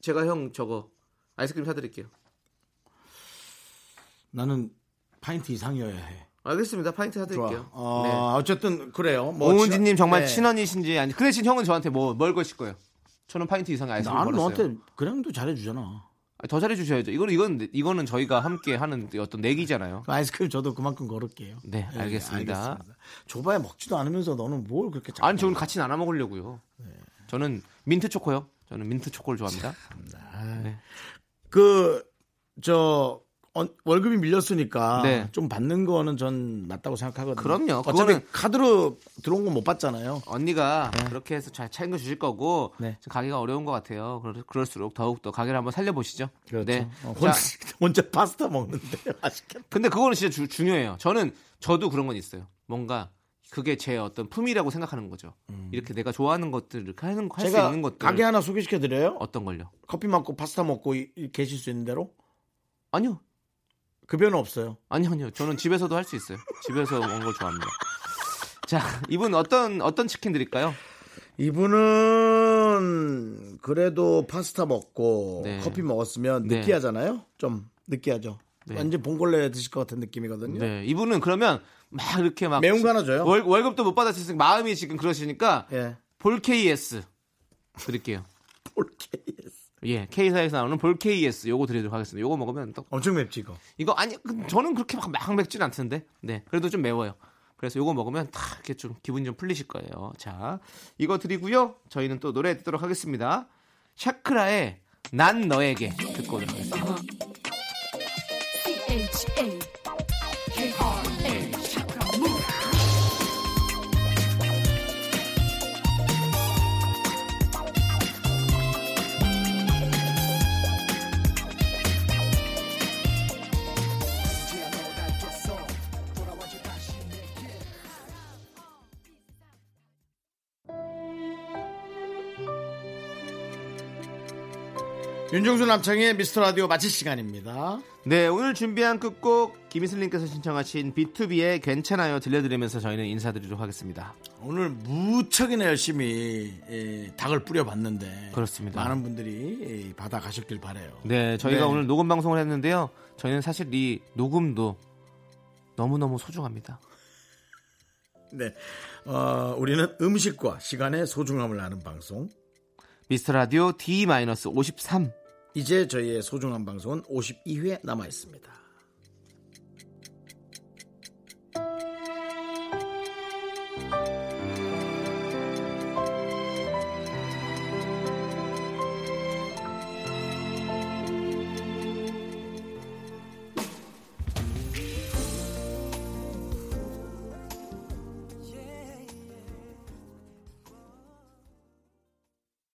[SPEAKER 2] 제가 형 저거 아이스크림 사드릴게요.
[SPEAKER 1] 나는 파인트 이상이어야 해.
[SPEAKER 2] 알겠습니다. 파인트 사드릴게요.
[SPEAKER 1] 좋아. 어, 어쨌든 그래요.
[SPEAKER 2] 네.
[SPEAKER 1] 뭐
[SPEAKER 2] 오은지님
[SPEAKER 1] 친언-
[SPEAKER 2] 정말
[SPEAKER 1] 네.
[SPEAKER 2] 친언니신지 아니 그 대신 형은 저한테 뭐 뭘 거실 거예요. 저는 파인트 이상의 아이스크림
[SPEAKER 1] 나는
[SPEAKER 2] 걸었어요.
[SPEAKER 1] 너한테 그냥도 잘해주잖아.
[SPEAKER 2] 아, 더 잘해주셔야죠. 이건 이건 이거는 저희가 함께 하는 어떤 내기잖아요.
[SPEAKER 1] 아이스크림 저도 그만큼 걸을게요.
[SPEAKER 2] 네
[SPEAKER 1] 예,
[SPEAKER 2] 알겠습니다.
[SPEAKER 1] 알겠습니다. 줘봐야 먹지도 않으면서 너는 뭘 그렇게 자꾸
[SPEAKER 2] 아니 저는 같이 나눠 먹으려고요.
[SPEAKER 1] 네.
[SPEAKER 2] 저는 민트 초코요. 저는 민트 초코를 좋아합니다.
[SPEAKER 1] 그, 그저 월급이 밀렸으니까
[SPEAKER 2] 네.
[SPEAKER 1] 좀 받는 거는 전 맞다고 생각하거든요.
[SPEAKER 2] 그럼요.
[SPEAKER 1] 어차피
[SPEAKER 2] 그거는-
[SPEAKER 1] 카드로 들어온 건 못 받잖아요.
[SPEAKER 2] 언니가 그렇게 해서 잘 챙겨 주실 거고
[SPEAKER 1] 네.
[SPEAKER 2] 지금 가게가 어려운 것 같아요. 그럴- 그럴수록 더욱 더 가게를 한번 살려 보시죠.
[SPEAKER 1] 그렇죠.
[SPEAKER 2] 네.
[SPEAKER 1] 어, 혼자,
[SPEAKER 2] 자,
[SPEAKER 1] 혼자 파스타 먹는데 (laughs) 맛있겠다.
[SPEAKER 2] 근데 그거는 진짜 주- 중요해요. 저는 저도 그런 건 있어요. 뭔가 그게 제 어떤 품이라고 생각하는 거죠. 이렇게 내가 좋아하는 것들 이렇게 하는 할
[SPEAKER 1] 음.
[SPEAKER 2] 수
[SPEAKER 1] 제가
[SPEAKER 2] 있는 것들
[SPEAKER 1] 가게 하나 소개시켜 드려요.
[SPEAKER 2] 어떤 걸요?
[SPEAKER 1] 커피 먹고 파스타 먹고 이- 이- 계실 수 있는 대로
[SPEAKER 2] 아니요.
[SPEAKER 1] 급여는 없어요.
[SPEAKER 2] 아니요, 아니요. 저는 집에서도 할 수 있어요. 집에서 온 걸 좋아합니다. 자, 이분 어떤 어떤 치킨 드릴까요?
[SPEAKER 1] 이분은 그래도 파스타 먹고
[SPEAKER 2] 네.
[SPEAKER 1] 커피 먹었으면
[SPEAKER 2] 네.
[SPEAKER 1] 느끼하잖아요. 좀 느끼하죠.
[SPEAKER 2] 네.
[SPEAKER 1] 완전 봉골레 드실 것 같은 느낌이거든요.
[SPEAKER 2] 네, 이분은 그러면 막 이렇게 막
[SPEAKER 1] 매운 거 하나 줘요.
[SPEAKER 2] 월, 월급도 못 받았으니까 마음이 지금 그러시니까
[SPEAKER 1] 예.
[SPEAKER 2] 볼 KS 드릴게요.
[SPEAKER 1] 볼 KS.
[SPEAKER 2] 예, K사에서 나오는 볼 KS 요거 드리도록 하겠습니다. 요거 먹으면 또
[SPEAKER 1] 엄청 맵지 이거.
[SPEAKER 2] 이거 아니 그- 저는 그렇게 막, 막 맵진 않던데. 네. 그래도 좀 매워요. 그래서 요거 먹으면 다 이렇게 좀 기분이 좀 풀리실 거예요. 자, 이거 드리고요. 저희는 또 노래 듣도록 하겠습니다. 샤크라의 난 너에게 듣고 오도록 하겠습니다.
[SPEAKER 13] K-R-A.
[SPEAKER 1] 윤정수 남창의 미스터 라디오 마칠 시간입니다.
[SPEAKER 2] 네, 오늘 준비한 끝곡 김희슬님께서 신청하신 B2B의 괜찮아요 들려드리면서 저희는 인사드리도록 하겠습니다.
[SPEAKER 1] 오늘 무척이나 열심히 예, 닭을 뿌려봤는데
[SPEAKER 2] 그렇습니다.
[SPEAKER 1] 많은 분들이 예, 받아가셨길 바래요.
[SPEAKER 2] 네, 저희가
[SPEAKER 1] 네.
[SPEAKER 2] 오늘 녹음 방송을 했는데요. 저희는 사실 이 녹음도 너무너무 소중합니다.
[SPEAKER 1] 네, 어, 우리는 음식과 시간의 소중함을 아는 방송.
[SPEAKER 2] 미스터 라디오 D-53
[SPEAKER 1] 이제 저희의 소중한 방송은 52회 남아 있습니다.